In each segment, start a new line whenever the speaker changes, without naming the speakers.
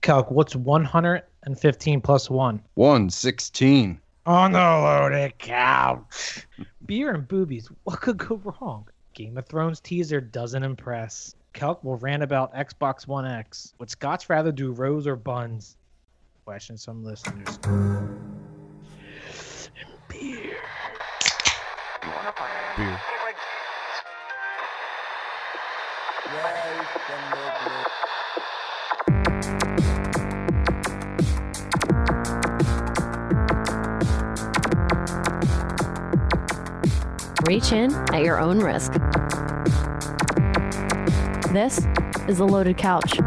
calc, what's 115 plus 1?
116.
On the loaded couch. Beer and boobies. What could go wrong? Game of Thrones teaser doesn't impress. Calc will rant about Xbox One X. Would Scots rather do rose or buns? Question some listeners. Beer.
Beer.
Reach in at your own risk. This is The Loaded Couch.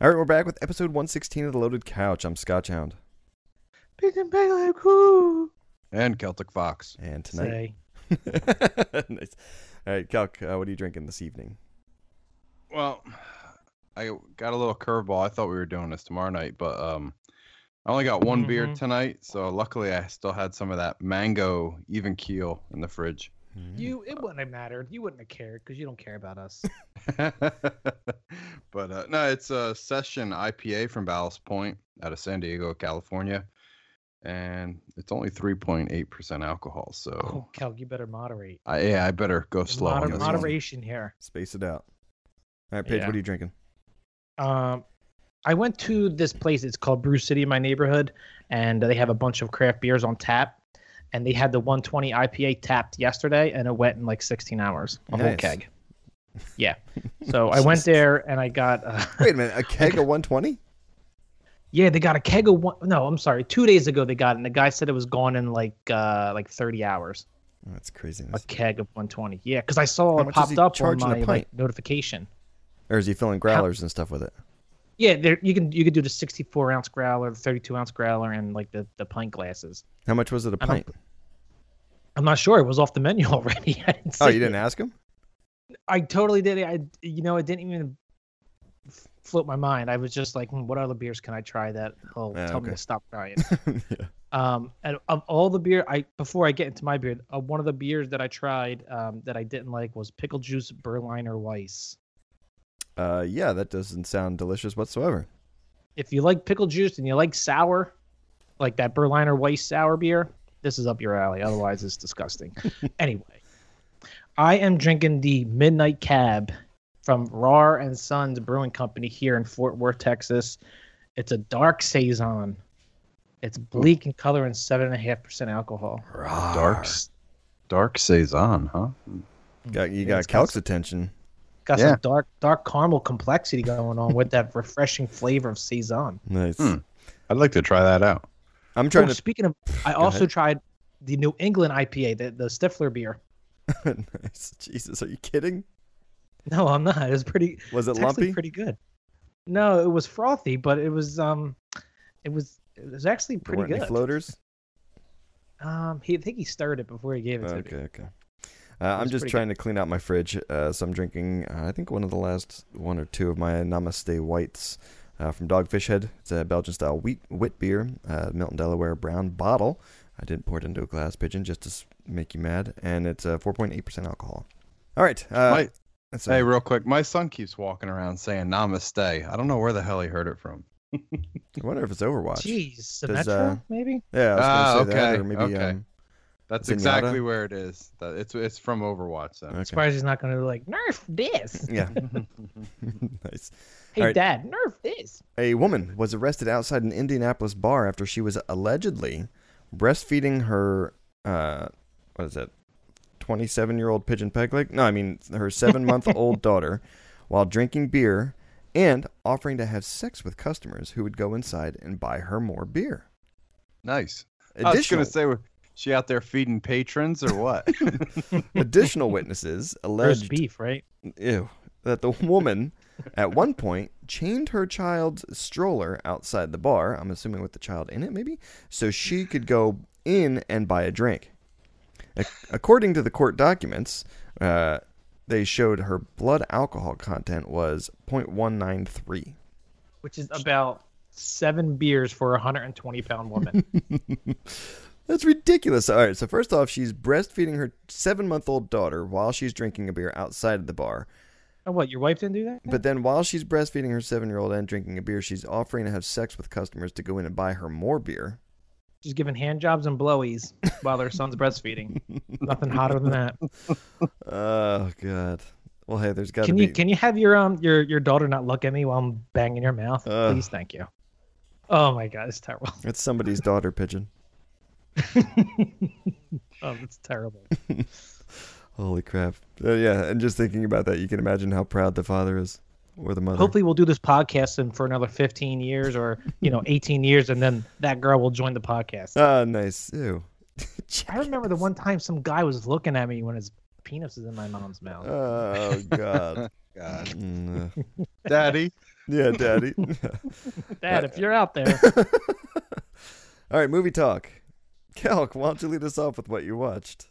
All right, we're back with episode 116 of The Loaded Couch. I'm Scotch Hound.
Big and bang like who?
And Celtic Fox.
And tonight.
Say.
nice. All right, Calc, uh, what are you drinking this evening?
Well, I got a little curveball. I thought we were doing this tomorrow night, but um, I only got one beer
Mhm.
tonight, so luckily I still had some of that mango even keel in the fridge.
You, it wouldn't have mattered. You wouldn't have cared because you don't care about us.
but uh, no, it's a session IPA from Ballast Point out of San Diego, California, and it's only 3.8% alcohol. So
Oh, Cal, you better moderate.
I, yeah, I better go slow.
Moder-
on this one.
moderation here.
Space it out. All right, Paige,
Yeah.
what are you drinking?
Um, I went to this place. It's called Brew City in my neighborhood, and they have a bunch of craft beers on tap. And they had the 120 IPA tapped yesterday, and it went in like 16 hours, a whole
Nice.
keg. Yeah. So I went there and I got. Uh,
Wait a minute, a keg of 120?
yeah, they got a keg of one. No, I'm sorry. Two days ago they got it, and the guy said it was gone in like uh like 30 hours.
Oh, that's
A
craziness.
keg of 120. Yeah, because I saw
How
it
much is
popped
he
up on
charging a
my like,
pint?
notification.
Or is he filling growlers and stuff with it?
Yeah, there you can you can do the 64 ounce growler, the 32 ounce growler, and like the the pint glasses.
How much was it a
I don't-
pint?
I'm not sure. It was off the menu already. I didn't
Oh,
see
you didn't
it.
ask him?
I totally did. it. I you know it didn't even f- float my mind. I was just like, hmm, what other beers can I try that will
Ah,
tell me
okay.
to stop trying?
yeah.
um, and of all the beer, I before I get into my beer, uh, one of the beers that I tried um, that I didn't like was pickle juice Berliner Weiss.
Uh, yeah, that doesn't sound delicious whatsoever.
If you like pickle juice and you like sour, like that Berliner Weiss sour beer, this is up your alley. Otherwise, it's disgusting. anyway, I am drinking the Midnight Cab from Rar and Sons Brewing Company here in Fort Worth, Texas. It's a dark saison. It's bleak in color and seven and a half percent alcohol.
Dark, s- dark saison, huh?
Got, you
Mm. Yeah,
got
it's
Calc's attention.
Got
Yeah.
some dark, dark caramel complexity going on with that refreshing flavor of saison.
Nice.
Hmm. I'd like to try that out.
I'm trying
Oh,
to.
Speaking of, I
Go
also
ahead.
tried the New England IPA, the, the Stifler beer.
nice. Jesus, are you kidding?
No, I'm not. It was pretty.
Was it
It's actually
lumpy?
pretty good. No, it was frothy, but it was um, it was it was actually
There
pretty
weren't
good.
any floaters?
Um, he I think he stirred it before he gave it to
Okay,
me.
okay. Uh, I'm
was
just
pretty
trying to clean out my fridge, uh, so I'm drinking. Uh, I think one of the last one or two of my Namaste Whites uh, from Dogfish Head. It's a Belgian style wheat wit beer, uh, Milton, Delaware brown bottle. I did pour it into a glass pigeon just to s- make you mad, and it's uh, 4.8% alcohol. All right. Uh,
My-
that's
Hey,
a-
real quick, my son keeps walking around saying "Namaste." I don't know where the hell he heard it from.
I wonder if it's Overwatch.
Jeez, Symmetra,
Does, uh,
maybe.
Yeah, I was
Ah,
going to say that,
okay,
or maybe
okay.
um,
That's
Zenyatta?
exactly where it is. That it's it's from Overwatch. Then.
okay.
Surprised he's not going to like nerf this.
Yeah. nice.
Hey,
All right.
Dad, nerf this.
A woman was arrested outside an Indianapolis bar after she was allegedly breastfeeding her uh what is it? 27-year-old pigeon pegleg? No, I mean her 7-month-old daughter while drinking beer and offering to have sex with customers who would go inside and buy her more beer.
Nice. I was
Additional
gonna say, was she out there feeding patrons or what?
additional witnesses
Roast
alleged
beef, right?
ew, that the woman at one point chained her child's stroller outside the bar, I'm assuming with the child in it maybe, so she could go in and buy a drink. Ac- According to the court documents, uh, they showed her blood alcohol content was 0.193.
Which is about seven beers for a 120 pound woman.
That's ridiculous. All right, so first off, she's breastfeeding her seven month old daughter while she's drinking a beer outside of the bar.
Oh, what? Your wife didn't do that?
But then while she's breastfeeding her seven year old and drinking a beer, she's offering to have sex with customers to go in and buy her more beer.
She's giving hand jobs and blowies while their son's breastfeeding. Nothing hotter than that.
Oh god. Well, hey, there's got to
Can
be.
you can you have your um your your daughter not look at me while I'm banging your mouth?
Ugh.
Please, thank you. Oh my god, it's terrible.
It's somebody's daughter pigeon.
Oh, it's terrible.
Holy crap. Uh, yeah, and just thinking about that, you can imagine how proud the father is or the mother.
Hopefully, we'll do this podcast in for another 15 years or you know 18 years, and then that girl will join the podcast.
Ah, nice. Ew.
I remember the one time some guy was looking at me when his penis was in my mom's mouth.
Oh god.
God,
Mm, uh,
Daddy.
yeah, daddy.
Dad,
uh,
if you're out there,
All right, movie talk. Calc, why don't you lead us off with what you watched?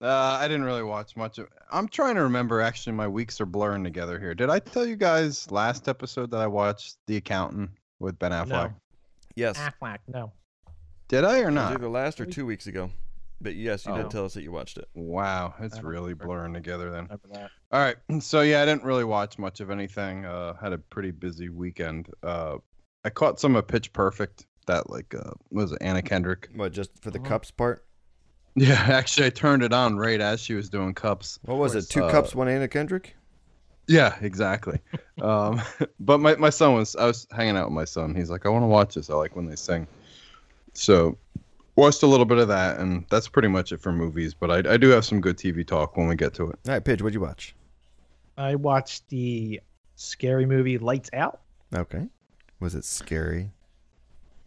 Uh, I didn't really watch much. Of, I'm trying to remember. Actually, my weeks are blurring together here. Did I tell you guys last episode that I watched The Accountant with Ben Affleck?
no,
Yes.
Affleck, no.
Did I or
It was
not?
either last or two weeks ago. But yes, you
Oh.
did tell us that you watched it.
Wow, it's
I don't
really
remember.
blurring together then.
Remember that?
All right. So yeah, I didn't really watch much of anything. Uh, had a pretty busy weekend. Uh, I caught some of Pitch Perfect. That like uh, what was it Anna Kendrick?
What, just for the
Uh-huh.
cups part?
Yeah, actually, I turned it on right as she was doing cups.
What was
course.
it? Two
Uh,
cups, one Anna Kendrick?
Yeah, exactly. um, but my my son was I was hanging out with my son. He's like, I want to watch this. I like when they sing. So watched a little bit of that, and that's pretty much it for movies. But I I do have some good TV talk when we get to it.
All right, Pidge, what'd you watch?
I watched the scary movie Lights Out.
Okay. Was it scary?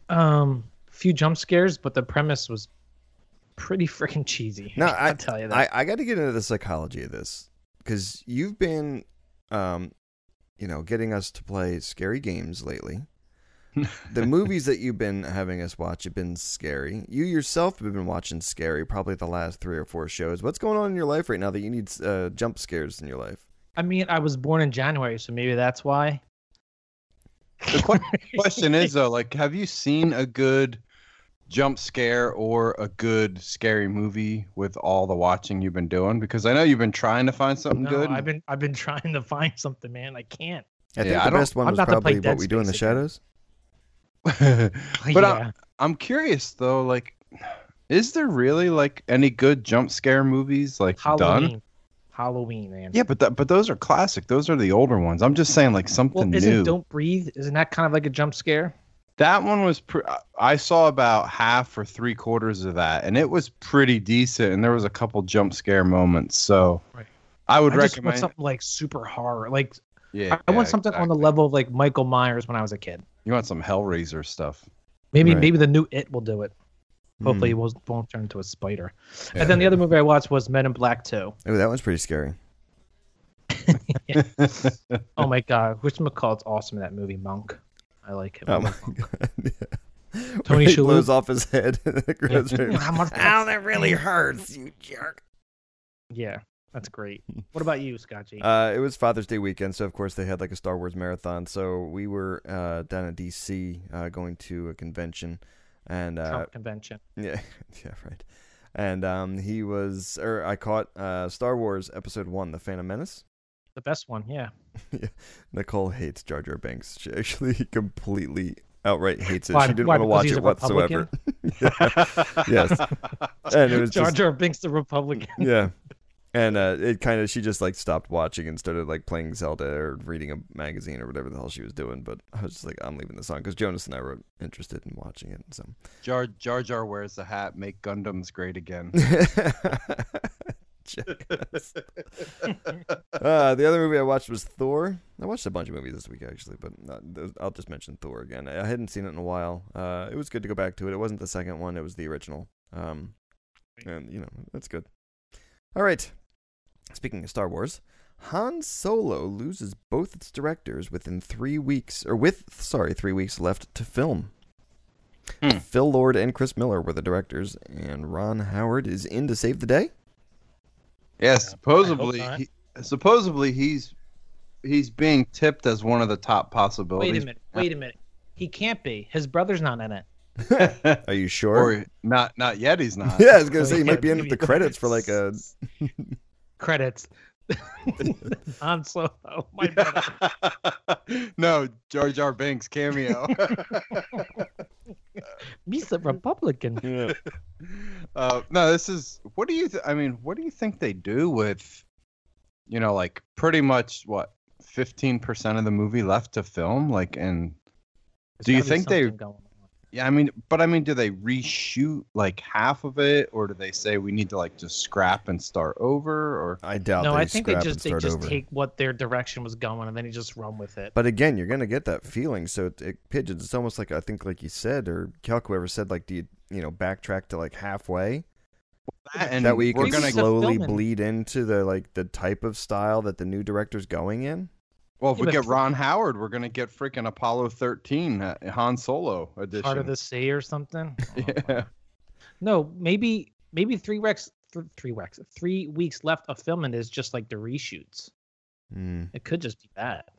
Um, few jump scares, but the premise was pretty freaking cheesy.
No,
I'll
I
tell you that.
I, I got to get into the psychology of this because you've been, um, you know, getting us to play scary games lately. the movies that you've been having us watch have been scary. You yourself have been watching scary probably the last three or four shows. What's going on in your life right now that you need uh, jump scares in your life?
I mean, I was born in January, so maybe that's why.
The que- question is though, like, have you seen a good jump scare or a good scary movie with all the watching you've been doing? Because I know you've been trying to find something
No,
good.
I've been I've been trying to find something, man. I can't.
I think
Yeah, I
the
don't-
best one
I'm
was
not gonna play
probably what
Dead
we do in the
Space again.
shadows.
but
yeah.
I'm, I'm curious though, like, is there really like any good jump scare movies like
Halloween.
done?
Halloween, man.
Yeah, but that but those are classic. Those are the older ones. I'm just saying, like
Well,
something
isn't
new.
Don't Breathe? Isn't that kind of like a jump scare?
That one was. Pre- I saw about half or three quarters of that, and it was pretty decent. And there was a couple jump scare moments. So
Right.
I would
I just want
recommend.
something like super horror. Like
yeah,
I want
yeah,
something on the
exactly.
level of like Michael Myers when I was a kid.
You want some Hellraiser stuff.
Maybe
Right.
maybe the new It will do it. Hopefully,
Mm.
it
Hmm.
won't, won't turn into a spider.
Yeah.
And then the other movie I watched was Men in Black Two.
Oh, that one's pretty scary.
Oh my god, Rich McCall's awesome in that movie, Monk. I like him.
Oh my god! Yeah.
Tony
Where he
Shalhoub?
blows off his head. and it grows right-
How much-
Ow, that really hurts, you jerk.
yeah, that's great. What about you, Scott G?
Uh, it was Father's Day weekend, so of course they had like a Star Wars marathon. So we were uh, down in D.C. Uh, going to a convention, and uh,
Trump convention.
yeah, yeah, right. And um, he was, or I caught uh, Star Wars Episode One: The Phantom Menace.
The best one, yeah.
Nicole hates Jar Jar Binks. She actually completely outright hates it.
Why-
she didn't
why,
want to
because
watch
he's
it
a Republican?
whatsoever. yes, and it was
Jar
just
Jar Binks the Republican.
yeah and uh, it kind of she just like stopped watching and started like playing zelda or reading a magazine or whatever the hell she was doing but i was just like i'm leaving this on because jonas and i were interested in watching it so
Jar Jar Jar wears the hat. Make Gundams great again.
Jonas. uh, the other movie i watched was thor i watched a bunch of movies this week actually but not, those- i'll just mention thor again i I hadn't seen it in a while uh, it was good to go back to it it wasn't the second one it was the original um, and you know that's good all right speaking of star wars Han Solo loses both its directors within three weeks, or with, sorry, three weeks left to film.
Hmm.
Phil Lord and Chris Miller were the directors, and Ron Howard is in to save the day.
Yeah,
I
supposedly,
hope not.
he, supposedly he's he's being tipped as one of the top
Wait
possibilities.
a minute. Wait a minute. He can't be. His brother's not in it.
Are you sure?
Or not, not yet. He's not.
yeah, I was gonna say you might be in with the credits for like a.
Credits. Han Solo, my brother.
no, Jar Jar Binks cameo.
He's a Republican.
uh, no, this is. What do you? Th- I mean, what do you think they do with, you know, like pretty much what fifteen percent of the movie left to film? Like, and Do
There's gotta
you
be
think they-
something going on.
yeah, I mean, but I mean, do they reshoot like half of it, or do they say we need to like just scrap and start over? Or
I doubt.
No,
they
I think they
scrap
just
and
they
start
just
over.
take what their direction was going and then you just run with it.
But again, you're gonna get that feeling. So it, it pigeons. It's almost like I think, like you said, or Calc whoever said, like, do you you know backtrack to like halfway?
and
that way you
we're
can
gonna
Stop
slowly
filming.
bleed into the like the type of style that the new director's going in.
well, if
Yeah,
we
but
get
fr-
Ron Howard, we're gonna get freaking Apollo thirteen uh, Han Solo edition.
Part of the sea or something. Oh.
Yeah.
No, maybe maybe three weeks th- three weeks three weeks left of filming is just like the reshoots.
Hmm.
It could just be that.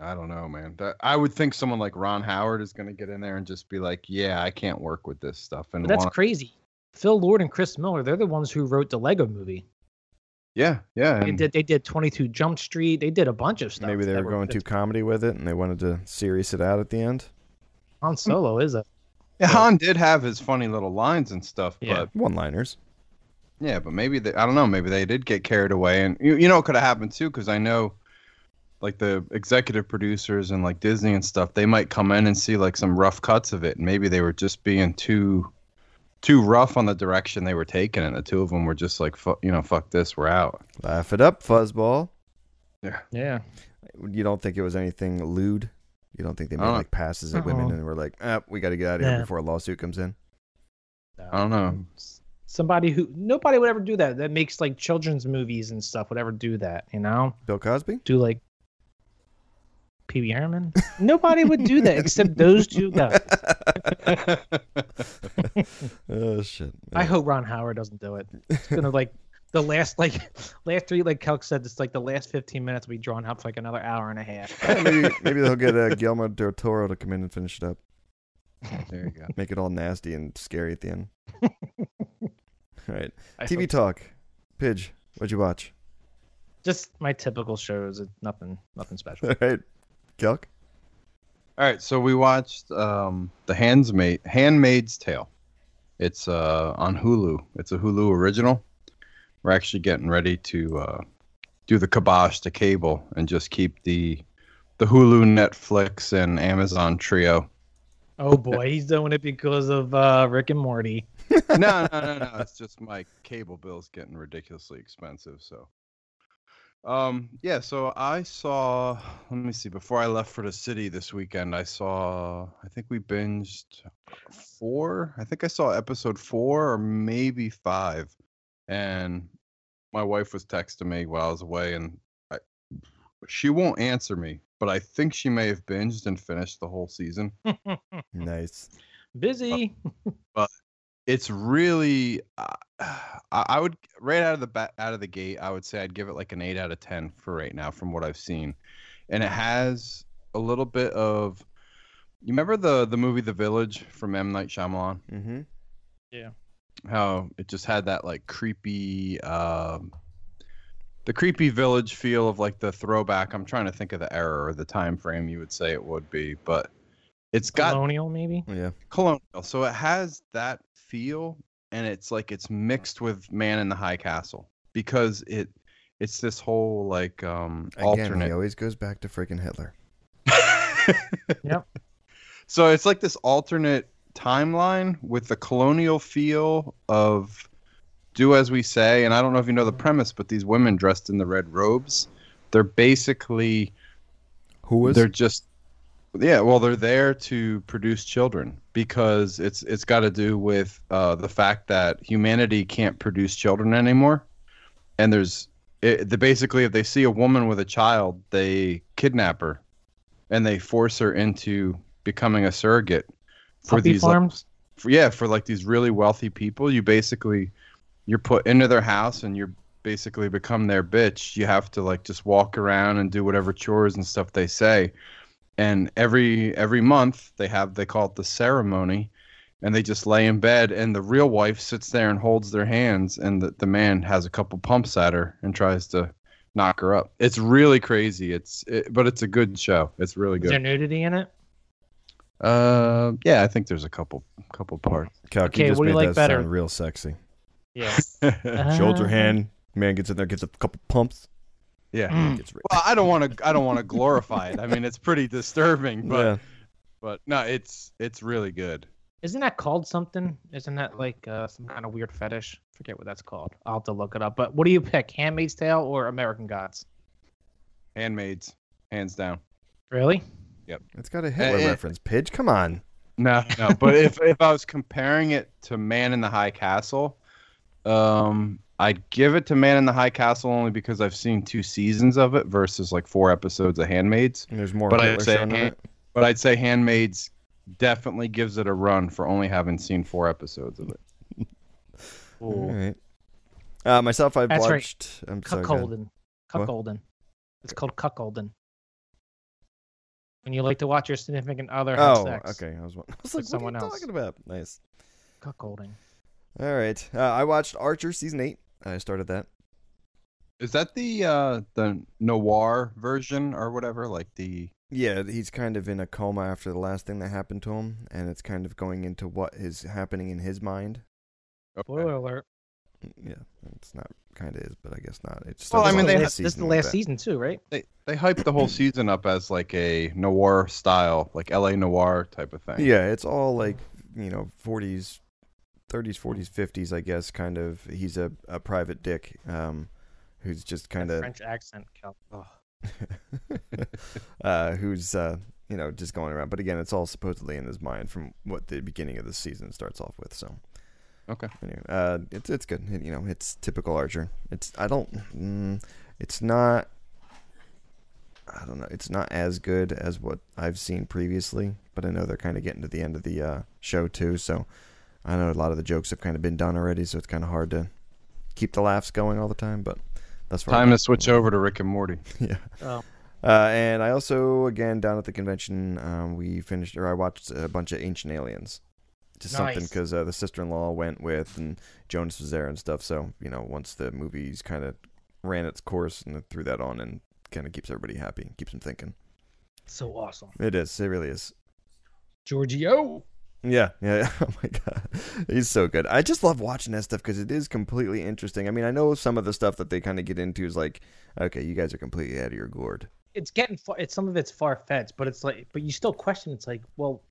I don't know, man. That, I would think someone like Ron Howard is going to get in there and just be like, "Yeah, I can't work with this stuff." And
But that's
want-
crazy. Phil Lord and Chris Miller, they're the ones who wrote the Lego movie.
yeah, yeah.
They
and-
did they did 22 Jump Street. They did a bunch of stuff.
Maybe they
that
were going
good.
too comedy with it, and they wanted to serious it out at the end.
Han Solo is a
yeah, Han did have his funny little lines and stuff,
Yeah.
but
One-liners.
yeah, but maybe they, I don't know. Maybe they did get carried away, and you, you know, it could have happened too, because I know, like the executive producers and like Disney and stuff, they might come in and see like some rough cuts of it, and maybe they were just being too. Too rough on the direction they were taking, and the two of them were just like, "Fuck, you know, fuck this, we're out."
Laugh it up, fuzzball.
yeah.
You don't think it was anything lewd? You don't think they made
Uh-uh.
like passes at women
Uh-uh.
and were like, ah, we got to get out of here
Yeah.
before a lawsuit comes in?
I don't know.
Somebody who nobody would ever do that. That makes like children's movies and stuff would ever do that, you know?
Bill Cosby?
Do like Pee Wee Herman? Nobody would do that except those two guys.
Oh shit!
I hope Ron Howard doesn't do it. It's gonna like the last like last three like Kelk said, it's like the last fifteen minutes will be drawn out for like another hour and a half.
Yeah, maybe, maybe they'll get uh, Guillermo del Toro to come in and finish it up,
There you go.
make it all nasty and scary at the end. all right,
I
TV
hope-
talk. Pidge, what'd you watch?
just my typical shows. It's nothing nothing special.
All right, Kelk.
All right, so we watched um, the Handmaid, Handmaid's Tale. It's uh, on Hulu. It's a Hulu original. We're actually getting ready to uh, do the kibosh to cable and just keep the the Hulu, Netflix, and Amazon trio.
Oh boy, he's doing it because of uh, Rick and Morty.
No, no, no, no. It's just my cable bill's getting ridiculously expensive. So, um, yeah. So I saw. Let me see. Before I left for the city this weekend, I saw. I think we binged four. I think I saw episode four or maybe five. And my wife was texting me while I was away, and I, she won't answer me, but I think she may have binged and finished the whole season.
Nice.
Busy.
it's really uh, I, I would right out of the bat out of the gate i would say i'd give it like an 8 out of 10 for right now from what i've seen and it has a little bit of you remember the the movie the village from m night Shyamalan?
Mm-hmm.
how it just had that like creepy um the creepy village feel of like the throwback i'm trying to think of the era or the time frame you would say it would be but it's got
Colonial maybe.
Yeah.
colonial so it has that feel and it's like it's mixed with man in the high castle because it it's this whole like um
Again, he
alternate
always goes back to freaking Hitler.
Yep.
so it's like this alternate timeline with the colonial feel of do as we say and i don't know if you know the premise but these women dressed in the red robes they're basically
Who was?
they're just yeah well they're there to produce children because it's it's got to do with uh, the fact that humanity can't produce children anymore and there's it, the basically if they see a woman with a child they kidnap her and they force her into becoming a surrogate for
Puppy
these like,
farms.
for, yeah for like these really wealthy people you basically you're put into their house and you're basically become their bitch you have to like just walk around and do whatever chores and stuff they say and every every month they have they call it the ceremony and they just lay in bed and the real wife sits there and holds their hands and the, the man has a couple pumps at her and tries to knock her up. It's really crazy. It's it, but it's a good show. It's really
Is there
good.
nudity in it?
Uh, yeah, I think there's a couple couple parts.
Calc,
Okay,
you just
what do
made
you like
that
better?
sound real sexy.
Yeah.
Shoulder
Uh,
hand. Man gets in there, gets a couple pumps.
yeah.
Mm.
Gets ripped.
Well, I don't want to. I don't want to glorify it. I mean, it's pretty disturbing, but
Yeah.
but no, it's it's really good.
Isn't that called something? Isn't that like uh, some kind of weird fetish? Forget what that's called. I'll have to look it up. But what do you pick, Handmaid's Tale or American Gods?
Handmaids, hands down.
Really?
It's got a Hitler
eh.
reference. Pidge, come on.
No, no. But if if I was comparing it to Man in the High Castle, um, I'd give it to Man in the High Castle only because I've seen two seasons of it versus like four episodes of Handmaids.
And there's more
But I'd
Hitler
say- eh.
sound in it.
But I'd say Handmaids definitely gives it a run for only having seen four episodes of it.
All
Ooh.
right. Uh, myself, I've
That's right.
watched. I'm sorry. go ahead.
Cuckolding.
What?
Cuckolding. It's called cuckolding. When you like to watch your significant other have
Oh,
sex.
okay. I was, wa- I was
With
like, what
someone
are you
else.
talking about? Nice.
Cuckolding.
All right. Uh, I watched Archer season eight. I started that.
Is that the uh the noir version or whatever? Like the
Yeah, he's kind of in a coma after the last thing that happened to him, and it's kind of going into what is happening in his mind.
okay.
Spoiler alert.
Yeah, it's not kind of is, but I guess not. It's
Well, I
starts
mean,
off
they had-
with a
this, this is the
like
last
that.
season too, right?
they they hyped the whole season up as like a noir style, like L.A. noir type of thing.
Yeah, it's all like you know, forties, thirties, forties, fifties. I guess kind of. He's a, a private dick, um, who's just kind of
French accent. Cal.
uh, who's uh, you know just going around. But again, it's all supposedly in his mind from what the beginning of the season starts off with. So
Okay.
anyway, uh, it's it's good. It- you know, it's typical Archer. It's I don't. Mm, it's not. I don't know. It's not as good as what I've seen previously, but I know they're kind of getting to the end of the uh, show too. So I know a lot of the jokes have kind of been done already, so it's kind of hard to keep the laughs going all the time. But that's where I-
Time to switch over to Rick and Morty.
yeah.
Oh.
Uh, and I also, again, down at the convention, um, we finished or I watched a bunch of Ancient Aliens, just something
Nice.
because uh, the sister-in-law went with, and Jonas was there and stuff. So you know, once the movie's kind of ran its course, and then threw that on, and kind of keeps everybody happy, keeps them thinking.
So awesome.
It is. It really is.
Giorgio.
Yeah, yeah. Oh my god, he's so good. I just love watching that stuff because it is completely interesting. I mean, I know some of the stuff that they kind of get into is like, okay, you guys are completely out of your gourd.
It's getting far. It's some of it's far fetched, but it's like, but you still question. It's like, well,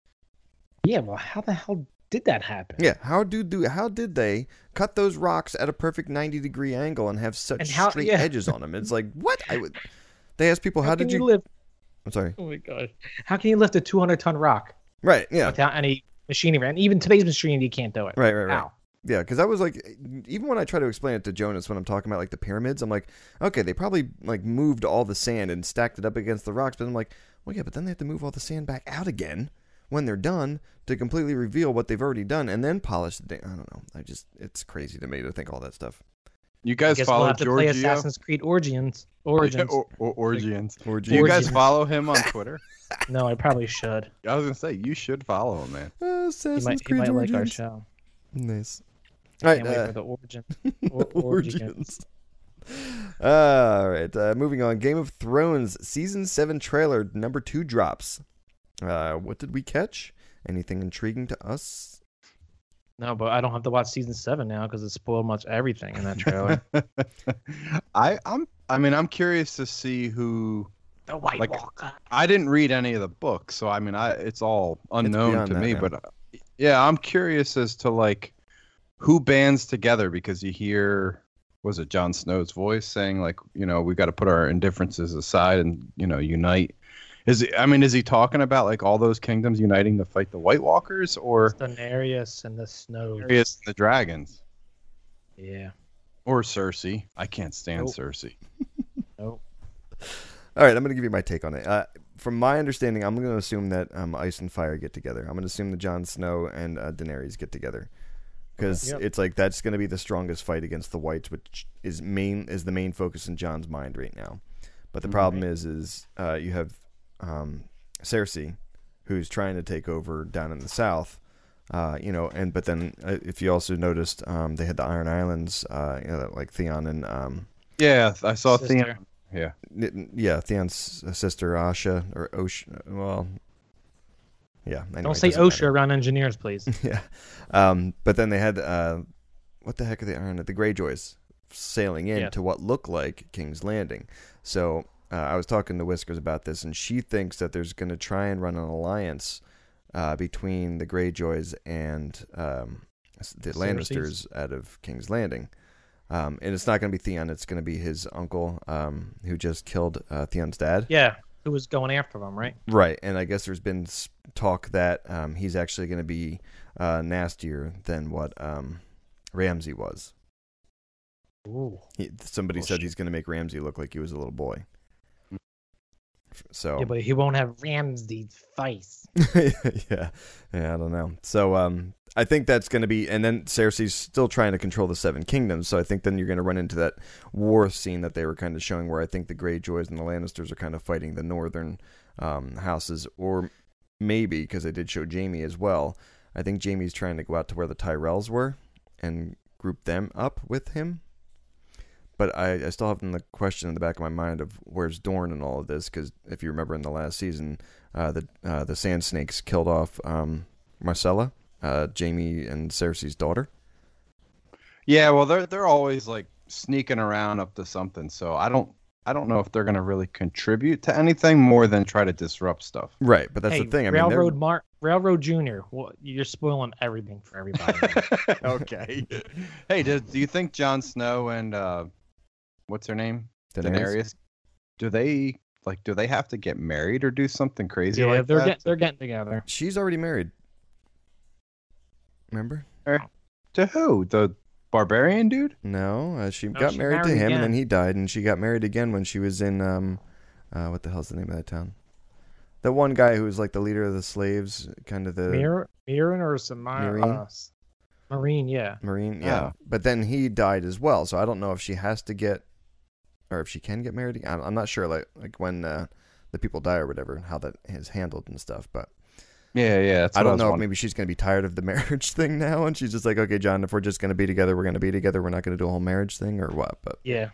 yeah, well, how the hell did that happen?
Yeah, how do do how did they cut those rocks at a perfect ninety degree angle and have such
And how-
straight
yeah.
edges on them? It's like what I would. They ask people, "How,
How
did
can
you?"
you live?
I'm sorry.
Oh my gosh. How can you lift a 200 ton rock
Right? Yeah.
without any machinery? And even today's machinery, you can't do it.
Right. Right. Right.
How?
Yeah, because I was like, even when I try to explain it to Jonas when I'm talking about like the pyramids, I'm like, okay, they probably like moved all the sand and stacked it up against the rocks, but I'm like, well, yeah, but then they have to move all the sand back out again when they're done to completely reveal what they've already done and then polish the thing. I don't know. I just, it's crazy to me to think all that stuff.
You
I
guys
guess we'll
follow
have to play
Giorgio?
Assassin's Creed Origins.
Oh,
Yeah,
Origins.
or, or, Orgians.
Or
Do you guys
Orgians.
follow him on Twitter?
No, I probably should.
I was gonna say you should follow him, man.
He
Assassin's
might, he might like our show.
Nice. All right,
Can't wait for
uh,
the origin. Or, origin.
origins. All right, uh, moving on. Game of Thrones season seven trailer number two drops. Uh, what did we catch? Anything intriguing to us?
No, but I don't have to watch season seven now because it spoiled much everything in that trailer.
I, I'm. I mean, I'm curious to see who.
the White
Like-
Walker.
I didn't read any of the books, so I mean, I it's all unknown
beyond
to
that
me.
now.
But uh, yeah, I'm curious as to like who bands together because you hear was it Jon Snow's voice saying like you know we got to put our indifferences aside and you know unite. Is it, I mean, is he talking about like all those kingdoms uniting to fight the White Walkers or
It's Daenerys and the Snow.
Darius and the dragons?
Yeah.
Or Cersei. I can't stand
Nope.
Cersei.
Nope.
All right, I'm going to give you my take on it. Uh, from my understanding, I'm going to assume that um, Ice and Fire get together. I'm going to assume that Jon Snow and uh, Daenerys get together because
Yep.
it's like that's going to be the strongest fight against the Whites, which is main is the main focus in John's mind right now. But the problem is, is uh, you have um, Cersei, who's trying to take over down in the south. Uh, you know, and but then uh, if you also noticed, um, they had the Iron Islands, uh, you know, like Theon and um,
Yeah, I saw
Sister.
Theon Yeah.
N- Yeah, Theon's sister Asha or Osha. Well, yeah. Anyway,
Don't say
it doesn't
OSHA around engineers, please.
matter. Yeah. Um, but then they had uh, what the heck are they on it? The Greyjoys sailing in
Yeah.
to what looked like King's Landing. So uh, I was talking to Whiskers about this, and she thinks that there's going to try and run an alliance uh, between the Greyjoys and um, s- the
Cersei's?
Lannisters out of King's Landing. Um, and it's not going to be Theon; it's going to be his uncle um, who just killed uh, Theon's dad.
yeah, who was going after them, right?
Right, and I guess there's been s- talk that um, he's actually going to be uh, nastier than what um, Ramsey was.
Ooh.
He, somebody
Oh,
said
shit.
he's going to make Ramsey look like he was a little boy. F- So
Yeah, but he won't have Ramsey's face.
yeah, yeah, I don't know. So um, I think that's going to be, and then Cersei's still trying to control the Seven Kingdoms. So I think then you're going to run into that war scene that they were kind of showing, where I think the Greyjoys and the Lannisters are kind of fighting the Northern um, houses, or maybe because they did show Jamie as well. I think Jamie's trying to go out to where the Tyrells were and group them up with him. But I, I still have the question in the back of my mind of where's Dorne in all of this? Because if you remember in the last season, uh, the uh, the Sand Snakes killed off um, Marcella, uh, Jamie and Cersei's daughter.
Yeah, well they're they're always like sneaking around up to something, so I don't I don't know if they're gonna really contribute to anything more than try to disrupt stuff.
Right, but that's
hey,
the thing. I mean, they're-
Railroad Mar- Railroad Junior. Well, you're spoiling everything for everybody.
okay. hey, do, do you think Jon Snow and uh what's her name?
Daenerys.
Daenerys. Do they like do they have to get married or do something crazy
yeah,
like
they're
that?
get- they're getting together.
She's already married. Remember?
to who? The barbarian dude?
No, uh, she
No,
got
she
married to
married
him,
again.
and then he died, and she got married again when she was in um, uh, what the hell's the name of that town? That one guy who was like the leader of the slaves, kind of the
Mir- Mirren or Samara?
Mirene?
uh, S- Marine, yeah.
marine. Yeah,
Oh.
but then he died as well, so I don't know if she has to get, or if she can get married. I'm, I'm not sure, like like when uh, the people die or whatever, how that is handled and stuff. But
Yeah, yeah. That's
I
what
don't
was
know. if
wondering.
Maybe she's going to be tired of the marriage thing now, and she's just like, okay, John, if we're just going to be together, we're going to be together. We're not going to do a whole marriage thing or what. But
Yeah.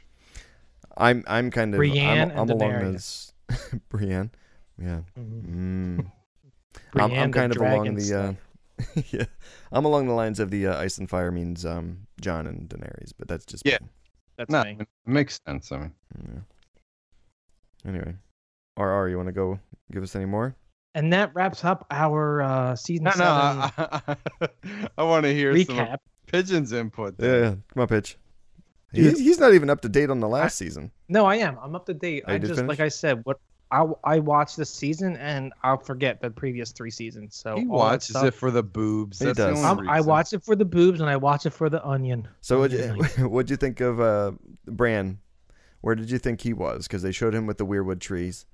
I'm I'm kind of
Brienne
I'm,
and
I'm along
Daenerys.
this. Brienne, yeah.
Mhm.
Mm. I'm, I'm
Brienne, the
kind of along
dragon
the uh, yeah. I'm along the lines of the uh, ice and fire means um John and Daenerys, but that's just
Yeah.
me.
That's
No,
me.
it makes sense. I mean,
Yeah. Anyway, RR, you want to go give us any more?
And that wraps up our uh, season
no, no.
seven
I, I, want to hear some
recap.
of pigeons' input.
Yeah,
there.
yeah. come on, pitch.
Dude.
He's, he's not even up to date on the last season.
No, I am. I'm up to date.
Oh, you
I
did
just
finish?
like I said, what I I watched this season and I'll forget the previous three seasons. So
He
all that
watches
stuff-
it for the boobs.
He
That's
does.
The only
I'm, I
reason.
watch it for the boobs and I watch it for the onion.
So what'd
Yeah.
you, what'd you think of uh, Bran? Where did you think he was? Because they showed him with the weirwood trees.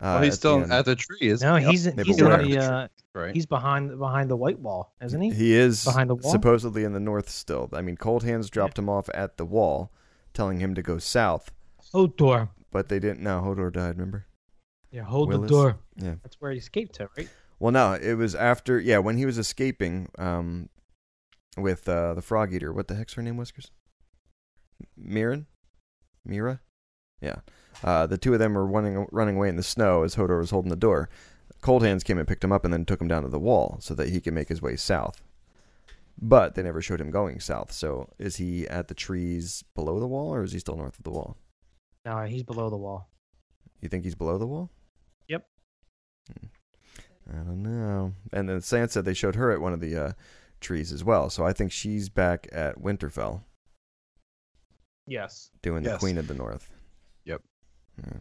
Uh,
Oh,
Well, he's
at the
still
end.
at the tree, isn't
No,
he?
he's
but
he's
where?
on the uh,
right.
he's behind behind the white wall, isn't he?
He is
Behind the wall?
supposedly in the north still. I mean, Cold Hands dropped him off at the wall, telling him to go south,
Hold door.
but they didn't. No, Hodor died. Remember?
Yeah, hold the
Willis?
door.
Yeah.
That's where he escaped to, right?
Well, no, it was after. Yeah, when he was escaping, um, with uh, the frog eater. What the heck's her name? Whiskers. Miran, Mira. Yeah. Uh, the two of them were running running away in the snow as Hodor was holding the door. Cold Hands came and picked him up and then took him down to the wall so that he could make his way south. But they never showed him going south. So is he at the trees below the wall or is he still north of the wall?
No, he's below the wall.
You think he's below the wall?
Yep.
Hmm. I don't know. And then Sansa, they showed her at one of the uh, trees as well. So I think she's back at Winterfell
Yes.
doing the
Yes.
Queen of the North.
Yep.
Yeah.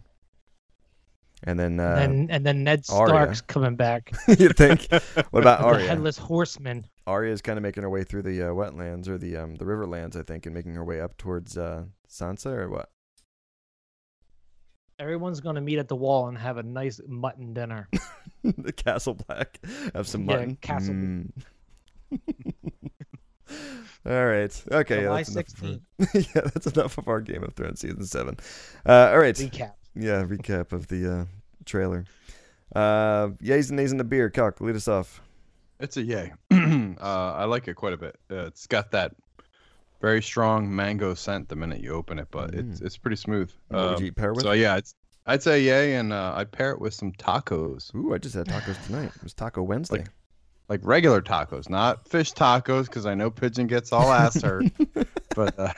And then, uh,
and and then Ned
Arya.
Stark's coming back.
you think? What about
The
Arya?
headless horseman.
Arya's kind of making her way through the uh, wetlands or the um, the riverlands, I think, and making her way up towards uh, Sansa or what?
Everyone's gonna meet at the wall and have a nice mutton dinner.
the Castle Black. Have some
Yeah,
mutton.
Castle-
Mm. All right. Okay.
July
that's enough of our-
16th
yeah, that's enough of our Game of Thrones season seven. Uh, all right.
recap.
Yeah, recap of the uh, trailer. Uh, yays and nays in the beer. Cock, lead us off.
It's a yay. uh, I like it quite a bit. Uh, it's got that very strong mango scent the minute you open it, but it's it's pretty smooth.
What would you
Um,
pair with?
So yeah, it's, I'd say yay, and uh, I'd pair it with some tacos,
Ooh, I just had tacos tonight. It was Taco Wednesday.
like regular tacos, not fish tacos, because I know pigeon gets all ass hurt. but uh,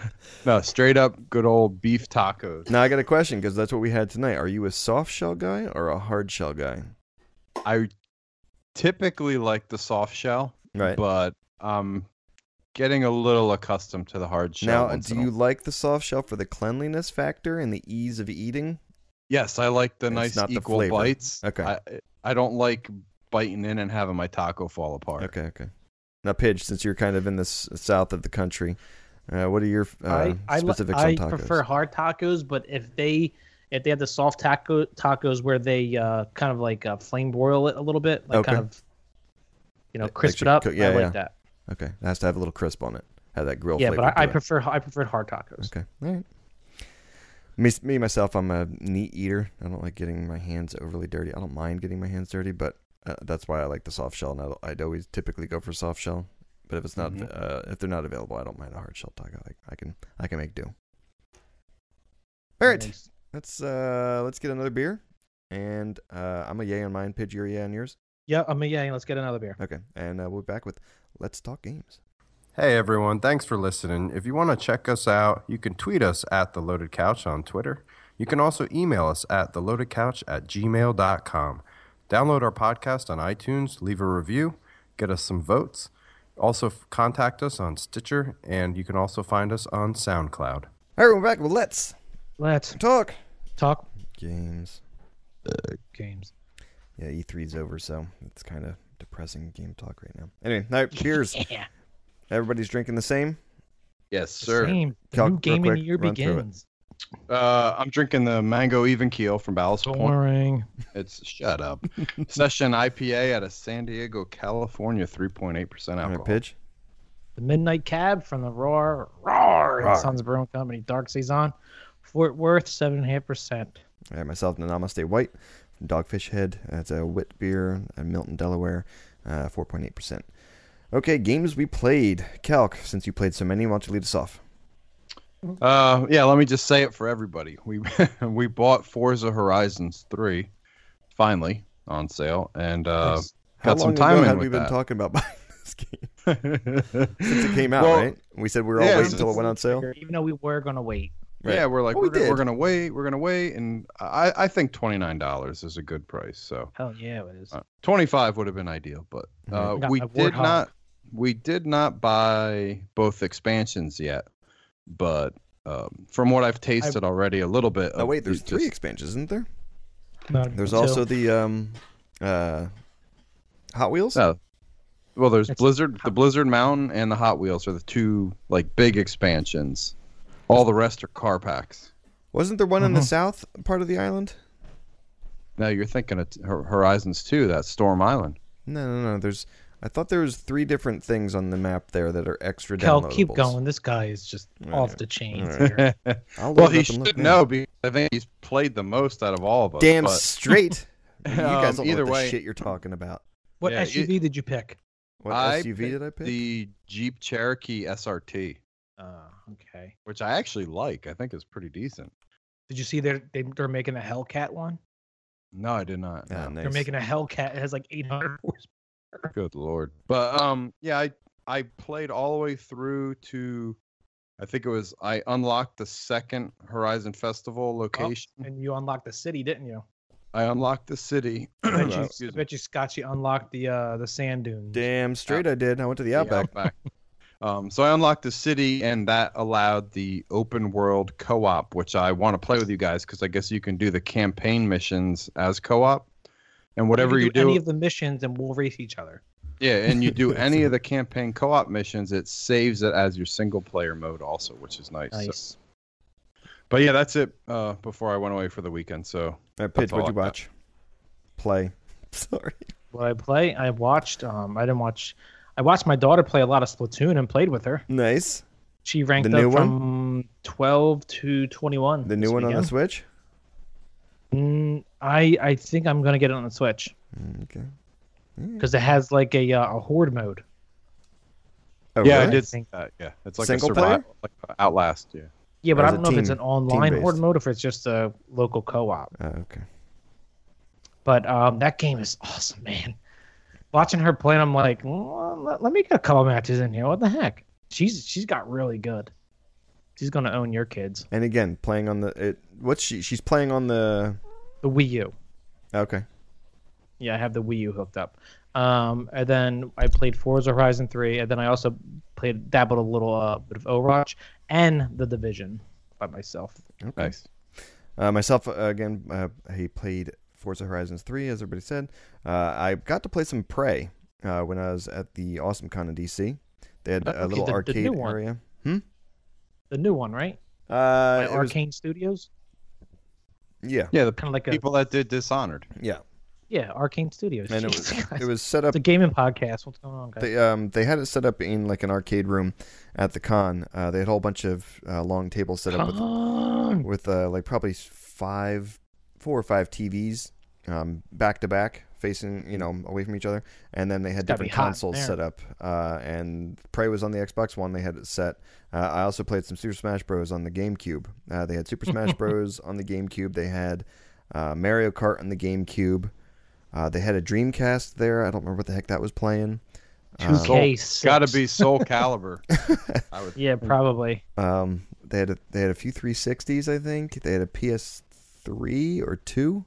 no, straight up good old beef tacos.
Now I got a question because that's what we had tonight. Are you a soft shell guy or a hard shell guy?
I typically like the soft shell,
Right.
but um, getting a little accustomed to the hard shell.
now,
once
do
in a
you like the soft shell for the cleanliness factor and the ease of eating?
Yes, I like the
It's
nice
not the
equal
flavor.
bites.
Okay.
I, I don't like biting in and having my taco fall apart.
Okay, okay. Now, Pidge, since you're kind of in the s- south of the country, uh, what are your uh,
I I, li-
specifics
I
on tacos?
prefer hard tacos, but if they if they have the soft taco tacos where they uh, kind of like uh, flame broil it a little bit, like
Okay.
kind of you know
Like-
crisp
like you
it up,
cook- yeah,
I like
yeah.
that.
Okay, it has to have a little crisp on it. Have that grill
yeah,
flavor.
but I, I
to it.
prefer I prefer hard tacos.
Okay, all right. Me, me myself, I'm a neat eater. I don't like getting my hands overly dirty. I don't mind getting my hands dirty, but uh, that's why I like the soft shell. And I'd, I'd always typically go for soft shell. But if it's not,
Mhm.
uh, if they're not available, I don't mind a hard shell taco. I, I can, I can make do. All right.
Nice.
Let's uh let's get another beer. And uh I'm a yay on mine, Pidge, you're a yay on yours.
Yeah, I mean, yeah. Let's get another beer.
Okay. And uh, we'll be back with Let's Talk Games.
Hey everyone, thanks for listening. If you want to check us out, you can tweet us at The Loaded Couch on Twitter. You can also email us at TheLoadedCouch at gmail.com. Download our podcast on iTunes, leave a review, get us some votes. Also, f- contact us on Stitcher, and you can also find us on SoundCloud.
All right, we're back with Let's
Let's
Talk
talk
Games.
games.
Yeah, E3's over, so it's kind of depressing game talk right now. Anyway, all right, beers.
Yeah,
Everybody's drinking the same.
Yes, sir.
same.
Calc,
New
real
game of
quick,
the year
run through it.
begins.
Uh, I'm drinking the mango even keel from Ballast Point.
Boring.
It's shut up. Session IPA out of San Diego, California, 3.8%
All right,
alcohol.
Pidge.
The Midnight Cab from the Roar Roar, Sons of Brewing Company, Dark Saison, Fort Worth, seven and a half percent.
I had myself in the Namaste White from Dogfish Head. That's a wit beer at Milton, Delaware, uh, 4.8%. Okay, games we played. Calc, since you played so many, why don't you lead us off?
Uh, yeah, let me just say it for everybody. We we bought Forza Horizons 3 finally on sale and uh,
Nice.
How
got
long
some time
ago
in
had
with
we been
that.
talking about buying this game since it came out?
Well,
right? We said we were all
yeah,
waiting until it went on sale.
Even though we were gonna wait.
Right.
Yeah, we're like
Oh, we
we're, gonna,
did.
we're gonna wait, we're gonna wait, and I I think twenty nine dollars is a good price. So
Hell yeah, it is.
Uh, 25 would have been ideal, but uh,
I got
we
my
did
Warthog.
not we did not buy both expansions yet. But um, from what I've tasted already, a little bit.
Oh
of
wait, there's
the-
three
just-
expansions, isn't there?
No,
There's
so-
also the um, uh, Hot Wheels.
No. Well, there's
It's-
Blizzard, the Blizzard Mountain, and the Hot Wheels are the two like big expansions. All the rest are car packs.
Wasn't there one in
Uh-huh.
the south part of the island?
Now you're thinking of T- Hor- Horizons 2, that Storm Island.
No, no, no. There's. I thought there was three different things on the map there that are extra
Kel,
downloadables.
keep going. This guy is just off the chains here.
I'll
Well,
load
he
up and look
should
now.
know because I think he's played the most out of all of us.
Damn
but-
straight. you guys
Um,
don't know
either
what the
way-
shit you're talking about.
What
Yeah,
SUV did you pick?
What SUV did I pick?
The Jeep Cherokee SRT,
Uh, okay.
which I actually like. I think is pretty decent.
Did you see they're they, they're making a Hellcat one?
No, I did not.
Ah,
no.
nice.
They're making a Hellcat. It has like 800 horsepower.
Good lord. But um, yeah, I I played all the way through to, I think it was I unlocked the second Horizon
Oh.
Festival location.
And you unlocked the city, didn't you?
I unlocked the city.
I bet you, I
Excuse me.
bet you Scotch, you unlocked the uh, the sand dunes.
Damn straight I did. I went to the Outback.
Um, so I unlocked the city, and that allowed the open world co-op, which I want to play with you guys because I guess you can do the campaign missions as co-op, and whatever you,
can
do,
any of the missions, and we'll race each other.
yeah, and you do any of the campaign co-op missions, it saves it as your single player mode also, which is nice. So-
Nice.
but yeah, that's it. Uh, before I went away for the weekend, so
All right, Uh, Pidge,
all
what'd
I
you
got.
watch? Play. Sorry.
What I play, I watched. Um, I didn't watch. I watched my daughter play a lot of Splatoon and played with her.
Nice.
She ranked
The new
up
one?
from 12 to 21.
The new one on the
this
Switch.
weekend. Mm, I I think I'm gonna get it on the Switch
Mm, Okay.
because it has like a uh, a horde mode.
Oh,
yeah, I
really?
did think that. Yeah, it's like
Single
a
player?
survival, like Outlast. Yeah,
Yeah, but I
Or is
don't
it
know if it's
team-
an online
team-based?
horde mode or if it's just a local co-op.
Oh, okay.
But um, that game is awesome, man. Watching her play, I'm like, "Well, let, let me get a couple matches in here. What the heck? She's she's got really good. She's gonna own your kids.
And again, playing on the it, what's she? She's playing on the
The
oh,
Wii U.
okay.
Yeah, I have the Wii U hooked up. Um, and then I played Forza Horizon 3, and then I also played dabbled a little uh, bit of Overwatch and The Division by myself.
nice.
Uh, myself uh, again. Uh, he played Forza Horizons three, as everybody said. Uh, I got to play some Prey uh, when I was at the Awesome Con in DC. They had
Oh,
a
okay,
little
the- the
arcade
new one.
area.
The new one, right?
Uh,
By
it was-
Arcane Studios,
yeah,
Yeah, the
kind of like a
people that did Dishonored.
yeah.
yeah, Arcane Studios.
And it
Jeez, guys.
was it was set up
It's a gaming podcast. What's going on, guys?
They um they had it set up in like an arcade room at the con. Uh, they had a whole bunch of uh, long tables set up with
Con.
with uh, like probably five, four or five TVs, um back to back, facing you know away from each other, and then they had
gotta be
different
hot in
consoles
there.
set up. Uh, and Prey was on the Xbox One. They had it set. Uh, I also played some Super Smash Bros on the GameCube. Uh, they had Super Smash Bros on the GameCube. They had uh, Mario Kart on the GameCube. Uh, they had a Dreamcast there. I don't remember what the heck that was playing. Uh,
Soul,
2K6.
gotta be Soul Caliber. I would.
Yeah, probably.
Um, they had a, they had a few 360s, I think. They had a PS3 or two.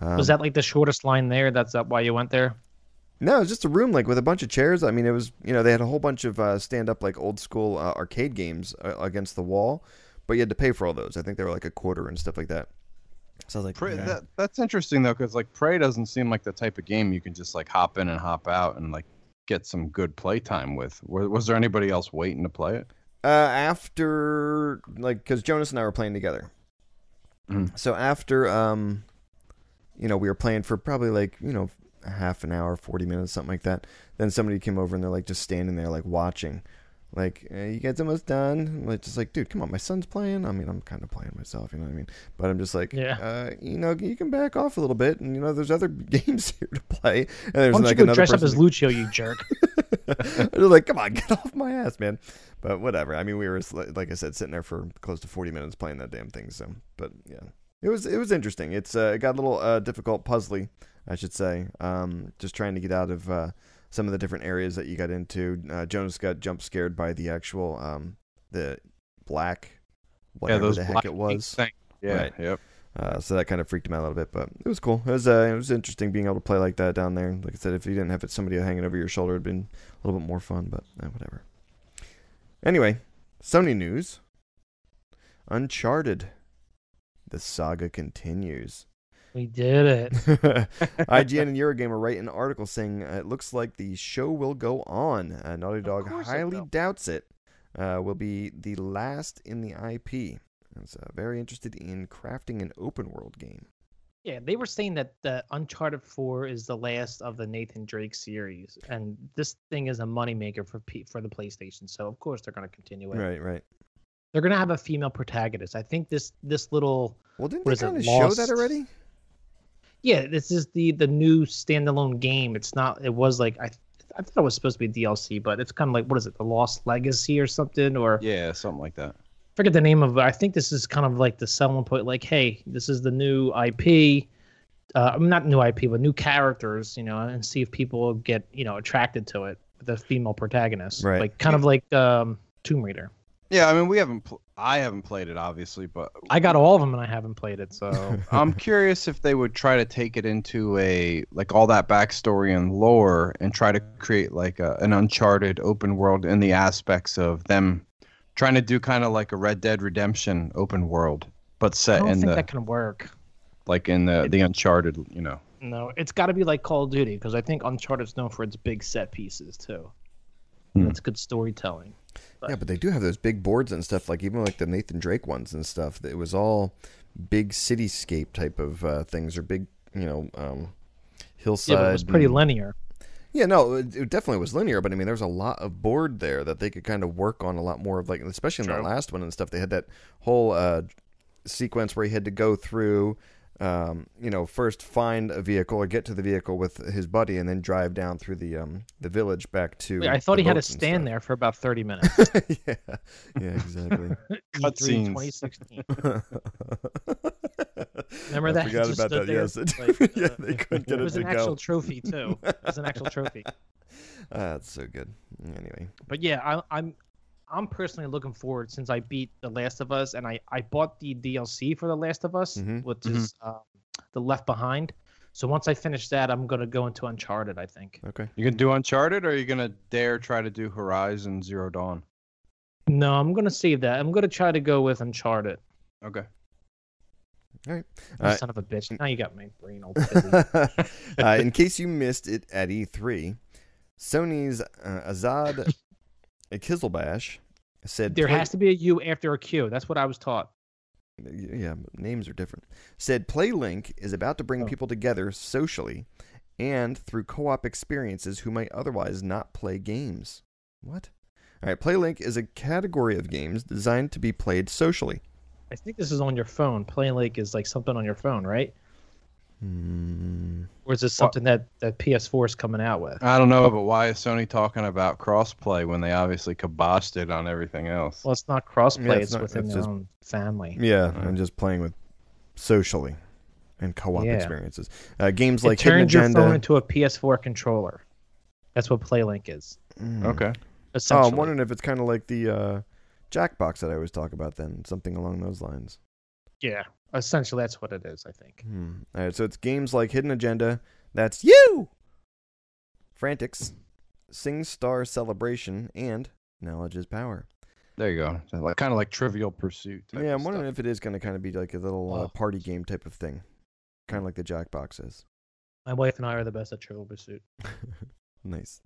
Um,
was that like the shortest line there? That's up why you went there.
No, it was just a room like with a bunch of chairs. I mean, it was you know they had a whole bunch of uh, stand up like old school uh, arcade games uh, against the wall, but you had to pay for all those. I think they were like a quarter and stuff like that. So I was like,
Prey,
"Nah."
that, that's interesting though, because like Prey doesn't seem like the type of game you can just like hop in and hop out and like get some good playtime with. Was, was there anybody else waiting to play it?
uh, after like because Jonas and I were playing together. So after um, you know, we were playing for probably like you know a half an hour, forty minutes, something like that. Then somebody came over and they're like just standing there like watching, like eh, you guys almost done. I'm like just like dude, come on, my son's playing. I mean, I'm kind of playing myself, you know what I mean? But I'm just like,
Yeah.
uh, you know, you can back off a little bit, and you know, there's other games here to play. And there's
Why don't
like
you go
another
dress up
person
as Lucio, you jerk?
they're like, come on, get off my ass, man. But whatever. I mean, we were like I said, sitting there for close to forty minutes playing that damn thing. So, but yeah, it was it was interesting. It's uh, it got a little uh, difficult, puzzly, I should say. Um, just trying to get out of uh, some of the different areas that you got into. Uh, Jonas got jump scared by the actual um, the black, whatever the heck
black
it
ink
was.
thing. Yeah.
Right.
Yep.
Uh, so that kind of freaked him out a little bit, but it was cool. It was uh, it was interesting being able to play like that down there. Like I said, if you didn't have it, somebody hanging over your shoulder, it'd been a little bit more fun. But uh, whatever. Anyway, Sony news. Uncharted. The saga continues.
we did it.
IGN and Eurogamer write an article saying uh, it looks like the show will go on. Uh, Naughty Dog
course it
highly
will.
doubts it uh, will be the last in the IP. It's uh, very interested in crafting an open world game.
Yeah, they were saying that the Uncharted 4 is the last of the Nathan Drake series, and this thing is a moneymaker for P- for the PlayStation. So of course they're going to continue it.
Right, right.
They're going to have a female protagonist. I think this this little
Well, didn't
What
they
is it,
kind of show that
Lost?
already?
yeah, this is the the new standalone game. It's not. It was like I I thought it was supposed to be DLC, but it's kind of like what is it, the Lost Legacy or something, or
Yeah, something like that.
forget the name of it. I think this is kind of like the selling point. Like, hey, this is the new IP. Uh, not new IP, but new characters. You know, and see if people get you know attracted to it with a female protagonist.
Right.
Like kind of like um, Tomb Raider.
Yeah, I mean, we haven't. Pl- I haven't played it, obviously, but
I got all of them and I haven't played it. So
I'm curious if they would try to take it into a like all that backstory and lore and try to create like a, an uncharted open world in the aspects of them trying to do kind of like a Red Dead Redemption open world, but
I
set
don't
in
think
the
that can work.
like in the the uncharted, you know.
No, it's got to be like Call of Duty because I think Uncharted's known for its big set pieces too.
Hmm.
That's good storytelling.
Yeah, but they do have those big boards and stuff, like even like the Nathan Drake ones and stuff. It was all big cityscape type of uh, things or big, you know, um, hillside.
Yeah, but it was pretty
and-
linear.
Yeah, no, it, it definitely was linear, but I mean, there's a lot of board there that they could kind of work on a lot more of, like especially in that last one and stuff. They had that whole uh, sequence where he had to go through um, you know, first find a vehicle or get to the vehicle with his buddy, and then drive down through the um, the village back to.
Wait, I thought
the
he had to
boats and
stand there for about 30 minutes. E
stuff. yeah, yeah, exactly.
E3
Cutscenes.
2016.
Remember
Remember that?
I
He
forgot
just stood
about that.
there,
Yes, it-
like,
yeah,
uh,
they couldn't get
It
it,
was
to
an actual
go.
trophy too. It was an actual trophy.
Ah, that's so good. Anyway,
But yeah, I, I'm I'm personally looking forward since I beat The Last of Us and I I bought the DLC for The Last of Us,
Mhm.
which is um, the Left Behind. So once I finish that, I'm gonna go into Uncharted. I think.
okay.
You gonna do Uncharted, or are you gonna dare try to do Horizon Zero Dawn?
No, I'm gonna save that. I'm gonna try to go with Uncharted.
Okay.
You
Alright.
son of a bitch. Now you got my brain all busy.
uh, in case you missed it at E3, Sony's uh, Azad Kizelbash said
there
play-
has to be a U after a Q. That's what I was taught.
yeah but names are different. Said PlayLink is about to bring
Oh.
people together socially and through co-op experiences who might otherwise not play games. What? All right, PlayLink is a category of games designed to be played socially.
I think this is on your phone. Playing Lake is like something on your phone, right?
Hmm.
Or is this something that that PS4 is coming out with?
I don't know,
Oh.
but why is Sony talking about crossplay when they obviously kiboshed it on everything else?
Well, it's not crossplay.
Yeah, it's
it's,
not-
within
it's
their
just-
own family.
Yeah, I'm just playing with socially and co-op
Yeah.
experiences. Uh, games
It
like Hidden
turns your
Agenda.
phone into a PS4 controller. That's what PlayLink is.
Mm.
Okay.
Oh,
Essentially.
I'm wondering if it's kind of like the uh, Jackbox that I always talk about, then something along those lines.
Yeah, essentially that's what it is. I think.
Hmm. All right, so it's games like Hidden Agenda, that's you, Frantics, Sing Star Celebration, and Knowledge is Power.
There you go. So like, kind of like Trivial Pursuit. type
yeah,
of
I'm wondering
stuff.
if it is going to kind of be like a little uh,
Oh.
party game type of thing, kind of like the Jackbox is.
My wife and I are the best at Trivial Pursuit.
nice.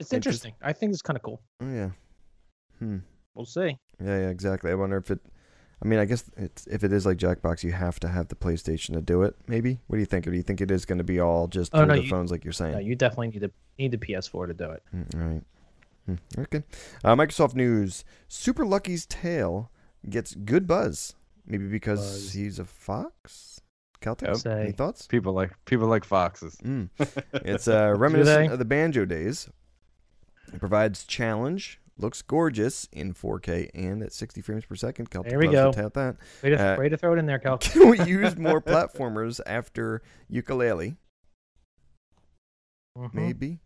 It's
Interest-
interesting. I think it's kind of cool.
Oh yeah. Hmm.
We'll see.
Yeah, yeah, exactly. I wonder if it. I mean, I guess it's if it is like Jackbox, you have to have the PlayStation to do it. Maybe. What do you think? Or do you think it is going to be all just
Oh,
through
no,
the
you-
phones, like you're saying?
No, you definitely need to need the PS4 to do it.
Mm, All right. Hmm, Okay. Uh, Microsoft News: Super Lucky's tail gets good buzz. Maybe because
Buzz.
he's a fox.
Yep.
Caltex. Any
Say.
thoughts?
people like people like foxes.
Mm. It's uh, reminiscent
they?
of the banjo days. It provides challenge. Looks gorgeous in 4K and at 60 frames per second. Caltex
There we
loves to
go.
tout that.
Way to,
Uh,
way to throw it in there, Cal.
Can we use more platformers after ukulele?
Mm-hmm. Mhm.
Maybe.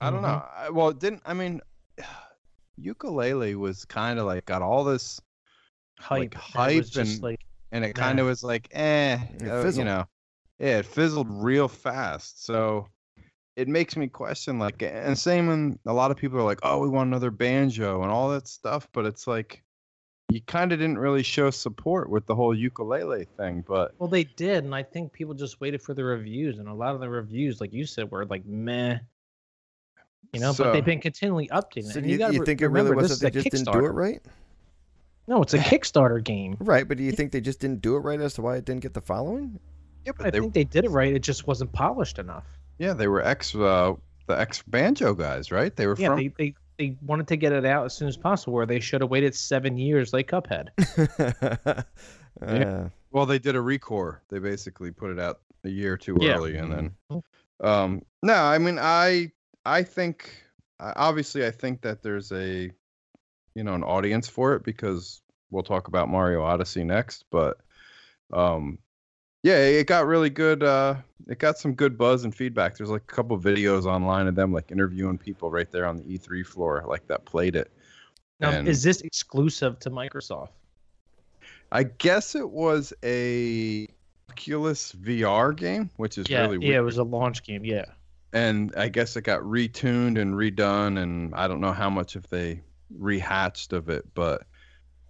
I don't know.
Mm-hmm.
I, well, it didn't I mean, ukulele was kind of like got all this,
hype.
like,
It was
hype
just
and-
like
and it
Nah.
kind of was like, eh,
It
uh, you
fizzled.
know, yeah, it fizzled real fast. So it makes me question, like, and same when a lot of people are like, oh, we want another banjo and all that stuff, but it's like. You kind of didn't really show support with the whole ukulele thing, but
Well, they did, and I think people just waited for the reviews, and a lot of the reviews, like you said, were like meh. You know, but
So-
they've been continually updating. it.
So
And
do you,
gotta
you
re-
think it really
remember,
was
this
that they
is a
just didn't do it
Kickstarter.
right?
No, it's a Kickstarter game.
Right, but do you think they just didn't do it right as to why it didn't get the following?
yeah,
I
but they,
think they did it right. It just wasn't polished enough.
yeah, they were ex uh, the ex banjo guys, right? They were
Yeah,
from
they, they they wanted to get it out as soon as possible, where they should have waited seven years, like Cuphead.
Uh,
Well, they did a recore. They basically put it out a year or two
Yeah.
early, and then um, no, I mean, I I think I- obviously I think that there's a you know an audience for it because we'll talk about Mario Odyssey next, but um, yeah, it got really good. Uh, it got some good buzz and feedback. There's like a couple videos online of them like interviewing people right there on the E3 floor, like that played it.
Now,
And-
is this exclusive to Microsoft?
I guess it was a Oculus VR game, which is
yeah,
really
yeah, it
weird.
was a launch game. Yeah,
And I guess it got retuned and redone, and I don't know how much if they rehatched of it, but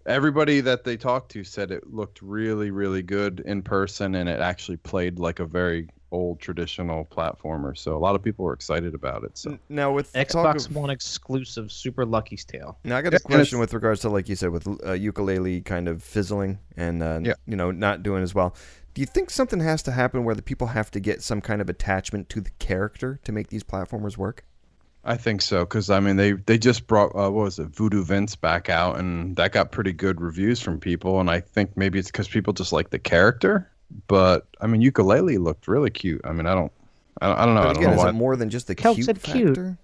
everybody that they talked to said it looked really, really good in person, and it actually played like a very old traditional platformer. So a lot of people were excited about it. So
n- now with talk
Xbox
of-
One exclusive, Super Lucky's Tale.
Now I
Yeah, and
got a
it's-
question with regards to like you said with uh, ukulele kind of fizzling and uh,
Yeah.
you know not doing as well. Do you think something has to happen where the people have to get some kind of attachment to the character to make these platformers work?
I think so because I mean they they just brought uh, what was it Voodoo Vince back out and that got pretty good reviews from people and I think maybe it's because people just like the character but I mean ukulele looked really cute I mean I don't I don't, I don't know I
But
don't
again,
know
is
why
it more than just the
Kelp
cute
said
factor?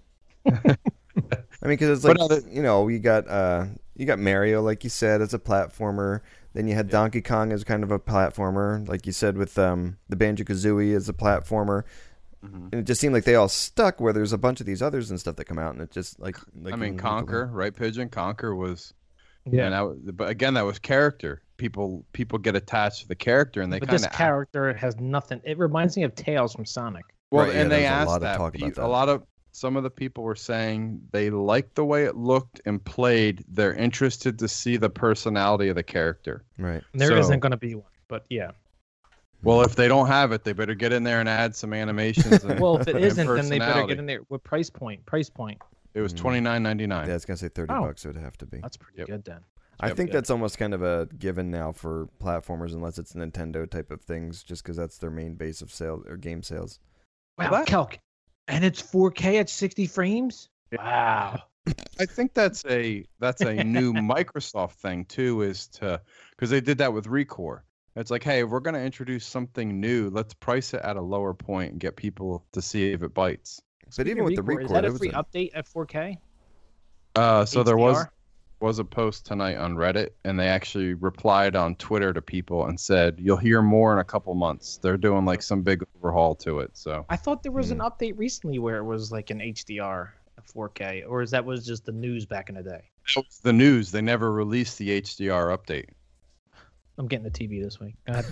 cute.
I mean, because it's like
But other-
you know, you got uh, you got Mario, like you said, as a platformer. Then you had Donkey Kong as kind of a platformer, like you said, with um, the Banjo Kazooie as a platformer.
Mm-hmm.
And it just seemed like they all stuck. Where there's a bunch of these others and stuff that come out, and it just like, like
I mean
in-
Conquer right Pigeon Conquer was yeah
Yeah.
and that was, but again that was character people people get attached to the character and they
but
kind
this
of
character has nothing. It reminds me of Tails from Sonic.
Well,
Right, yeah,
and they
there's a
asked
lot of
that,
talk
but
about
you-
that.
A lot of some of the people were saying they liked the way it looked and played. They're interested to see the personality of the character.
right?
There
So-
not going to be one, but yeah.
Well, if they don't have it, they better get in there and add some animations. And,
Well, if it
and
isn't, then they better
personality.
get in there. What price point? Price point.
It
Mm.
was twenty nine ninety nine.
Yeah, I was gonna say thirty
Oh.
bucks. It would have to be.
That's pretty
Yep.
good then.
I
Yep,
think
yeah.
that's almost kind of a given now for platformers, unless it's Nintendo type of things, just because that's their main base of sales or game sales.
Wow,
that-
Calc. And it's 4K at 60 frames? Wow.
I think that's a that's a new Microsoft thing too, is to because they did that with Recore. It's like, hey, we're going to introduce something new. Let's price it at a lower point and get people to see if it bites.
But even with the
Recore,
record,
Is that
it
a
was
free
a-
update at 4K?
Uh, so there was
HDR?
was a post tonight on Reddit, and they actually replied on Twitter to people and said, "You'll hear more in a couple months." They're doing like some big overhaul to it. So
I thought there was
Hmm.
an update recently where it was like an HDR at 4K, or is that was just the news back in the day?
that was the news. They never released the HDR update.
I'm getting the TV this week. God.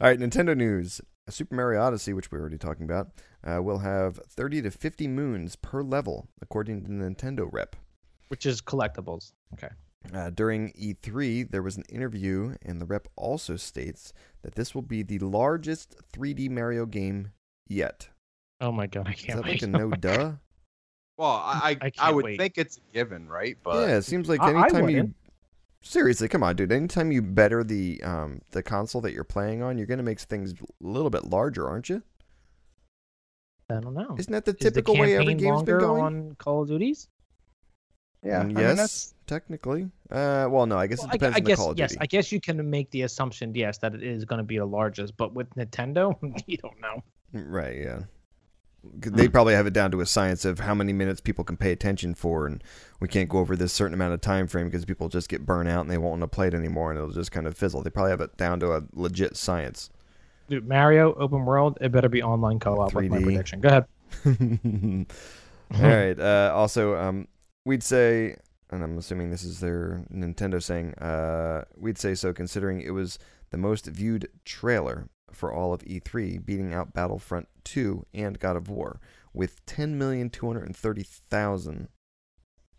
All right, Nintendo news. Super Mario Odyssey, which we were already talking about, uh, will have 30 to 50 moons per level, according to the Nintendo rep.
Which is collectibles. Okay.
Uh, during E3, there was an interview, and the rep also states that this will be the largest 3D Mario game yet.
Oh my god, I
Is
can't
that
wait.
like a no duh?
Well, I I,
I
I,
can't
would
wait.
think it's a given, right? But
yeah, it seems like
I- I
anytime you.
wouldn't.
Seriously, come on, dude. Anytime you better the um, the console that you're playing on, you're going to make things a little bit larger, aren't you?
I don't know.
Isn't that the
Is the
typical way every
campaign
game's been
longer
going?
on Call of Duties?
yeah, I
Mm,
mean,
yes,
that's-
technically. Uh, well, no, I guess
Well,
it
I-
depends
I,
on the
guess
Call of
yes.
Duty.
I guess you can make the assumption yes that it is going to be the largest, but with Nintendo, you don't know.
Right, yeah. 'Cause They probably have it down to a science of how many minutes people can pay attention for, and we can't go over this certain amount of time frame because people just get burnt out and they won't want to play it anymore, and it'll just kind of fizzle. They probably have it down to a legit science.
Dude, Mario open world, it better be online co-op. Like my
3D.
prediction. Go ahead.
All right. Uh, also, um, we'd say, and I'm assuming this is their Nintendo saying, uh, we'd say so considering it was the most viewed trailer for all of E3, beating out Battlefront 2 and God of War with 10,230,000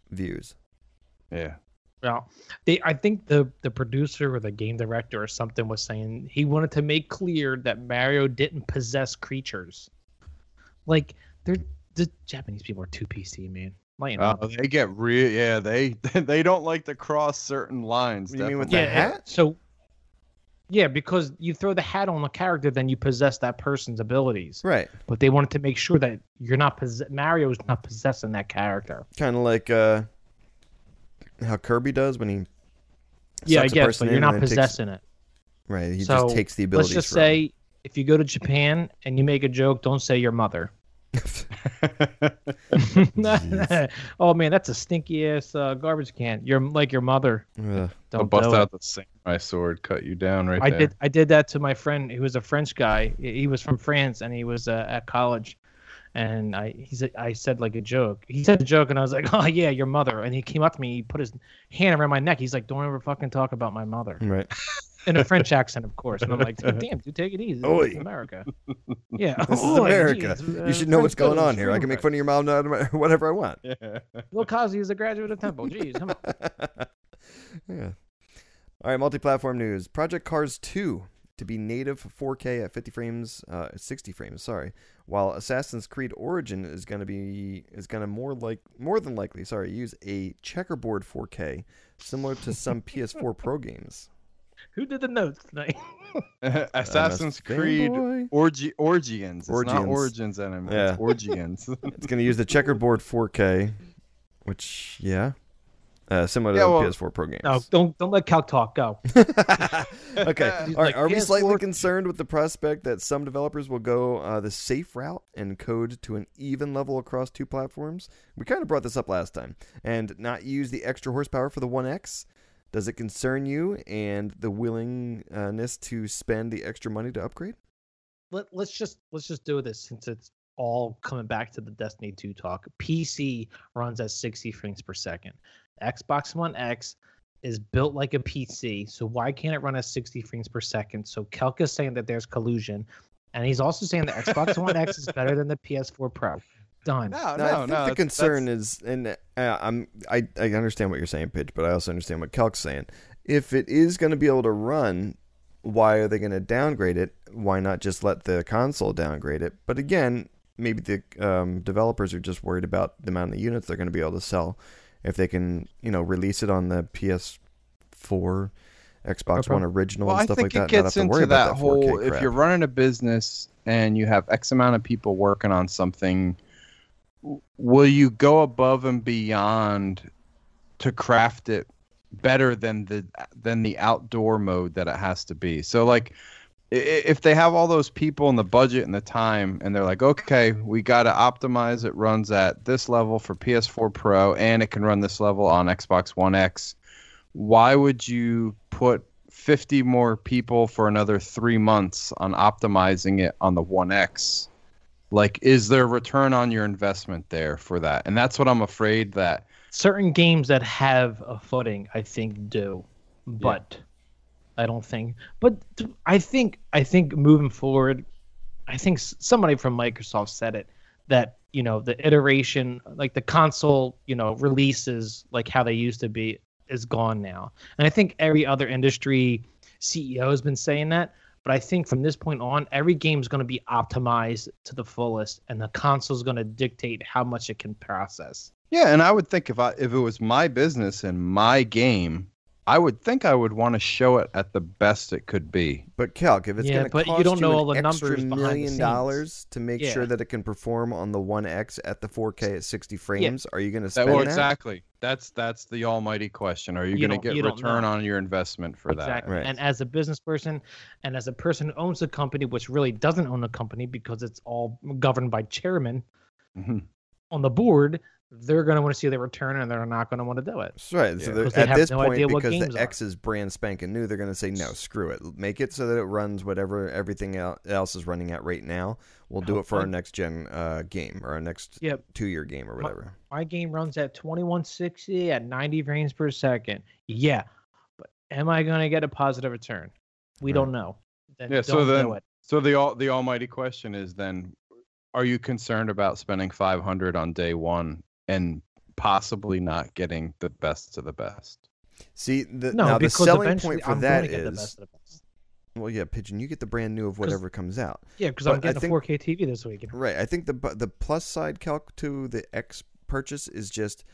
views.
yeah.
Well, they, I think the the producer or the game director or something was saying he wanted to make clear that Mario didn't possess creatures. Like they're the Japanese people are too PC, man. Lighten up.
Oh, they get real. Yeah, they they don't like to cross certain lines.
What do you mean with
definitely.
that hat?
So, yeah, because you throw the hat on a character, then you possess that person's abilities.
Right.
But they wanted to make sure that you're not poss- Mario's not possessing that character.
Kind of like uh, how Kirby does when he.
yeah, I
sucks a
guess,
person
but you're
in
not
and takes-
possessing it.
right. He
so
just takes the
Let's
abilities.
just
from him.
say if you go to Japan and you make a joke, don't say your mother. oh man, that's a stinky ass uh, garbage can. You're like your mother.
Ugh.
Don't
I'll bust
do it.
out the samurai sword, cut you down right
I
there.
did. I did that to my friend who was a French guy. He he was from France and he was uh, at college, and I he said I said like a joke. He said a joke and I was like, oh yeah, your mother. And he came up to me. He put his hand around my neck. He's like, don't ever fucking talk about my mother
Right.
in a French accent, of course. And I'm like, dude, damn, dude, take it easy. This is
Oi.
America. Yeah,
This is
Oi,
America.
geez, uh,
you should know what's
French
going
goes
on here. I can make fun of your mom no matter whatever I want.
Lil Kazi is a graduate of Temple. Jeez, come on.
Yeah. All right, multi-platform news. Project Cars 2 to be native 4K at 50 frames, uh, 60 frames. Sorry. While Assassin's Creed Origin is going to be is going to more like more than likely, sorry, use a checkerboard 4K similar to some PS4 Pro games.
Who did the notes tonight?
Assassin's
I'm a
Creed
fanboy. say?
Orgy, orgians. It's not
Orgians.
origins anime.
Yeah.
It's orgians.
It's going to use the checkerboard 4K, which yeah, uh, similar to
Yeah,
the
well-
PS4 Pro games.
No, don't don't let Cal talk. Go.
okay. All right.
like,
Are we
"PS4
slightly concerned with the prospect that some developers will go uh, the safe route and code to an even level across two platforms? We kind of brought this up last time, and not use the extra horsepower for the One X. Does it concern you and the willingness to spend the extra money to upgrade?
Let, let's just let's just do this since it's all coming back to the Destiny 2 talk. PC runs at 60 frames per second. Xbox One X is built like a PC, so why can't it run at 60 frames per second? So Kelka's saying that there's collusion, and he's also saying that Xbox One X is better than the PS4 Pro. Done.
no,
No, I think the concern is, and uh, I'm I, I understand what you're saying, Pitch, but I also understand what Kelk's saying. If it is going to be able to run, why are they going to downgrade it? Why not just let the console downgrade it? But again, maybe the um, developers are just worried about the amount of units they're going to be able to sell. If they can, you know, release it on the PS4, Xbox
Okay.
One original
Well,
and
I
stuff
think it
like that, not have
gets
to worry
into
about
that
4K
whole if
crap.
you're running a business and you have X amount of people working on something, w- will you go above and beyond to craft it better than the than the outdoor mode that it has to be? So like i- i- if they have all those people and the budget and the time and they're like okay we got to optimize it runs at this level for ps4 pro and it can run this level on xbox one x why would you put 50 more people for another three months on optimizing it on the 1x like is there a return on your investment there for that and that's what i'm afraid that
certain games that have a footing i think do but i don't think but th- i think i think moving forward i think s- somebody from microsoft said it that you know the iteration like the console you know releases like how they used to be is gone now and i think every other industry ceo has been saying that but i think from this point on every game is going to be optimized to the fullest and the console is going to dictate how much it can process
yeah and i would think if i if it was my business and my game i would think i would want to show it at the best it could be
But Calc, if it's
Yeah,
going to
but
cost
you don't know
an
all the
extra
numbers behind the
million
scenes.
dollars to make
Yeah.
sure that it can perform on the One X at the 4K at 60 frames, are you going to
that,
spend
well,
that?
exactly that's that's the almighty question are you,
You
going
don't-
to
you
get
don't
return
know.
on your investment for that
Exactly.
Right.
And as a business person and as a person who owns a company, which really doesn't own a company because it's all governed by chairman
Mhm.
on the board, they're going to want to see the return and they're not going to want to do it.
That's right.
Yeah.
So they're-
'Cause they
at
have
this
no
point,
idea what
because
games
the
are.
X is brand spanking new, they're going to say no, screw it. Make it so that it runs whatever everything el- else is running at right now. We'll do it for our
Hopefully.
next gen uh, game or our next
Yep.
two-year game or whatever.
My game runs at 2160 at 90 frames per second. Yeah. But am I going to get a positive return? We
Right.
don't know. Then
Yeah,
don't
so then-
do it.
So the all the almighty question is then, are you concerned about spending five hundred on day one and possibly not getting the best of the best?
See, the,
No,
now the
because
selling
eventually
point for
I'm
that
going to get the
is
best of the best.
well, yeah, pigeon. You get the brand new of whatever comes out.
Yeah, because
But I
I'm getting
think-
a 4K TV this week.
Right. I think the bu- the plus side calc to the X purchase is just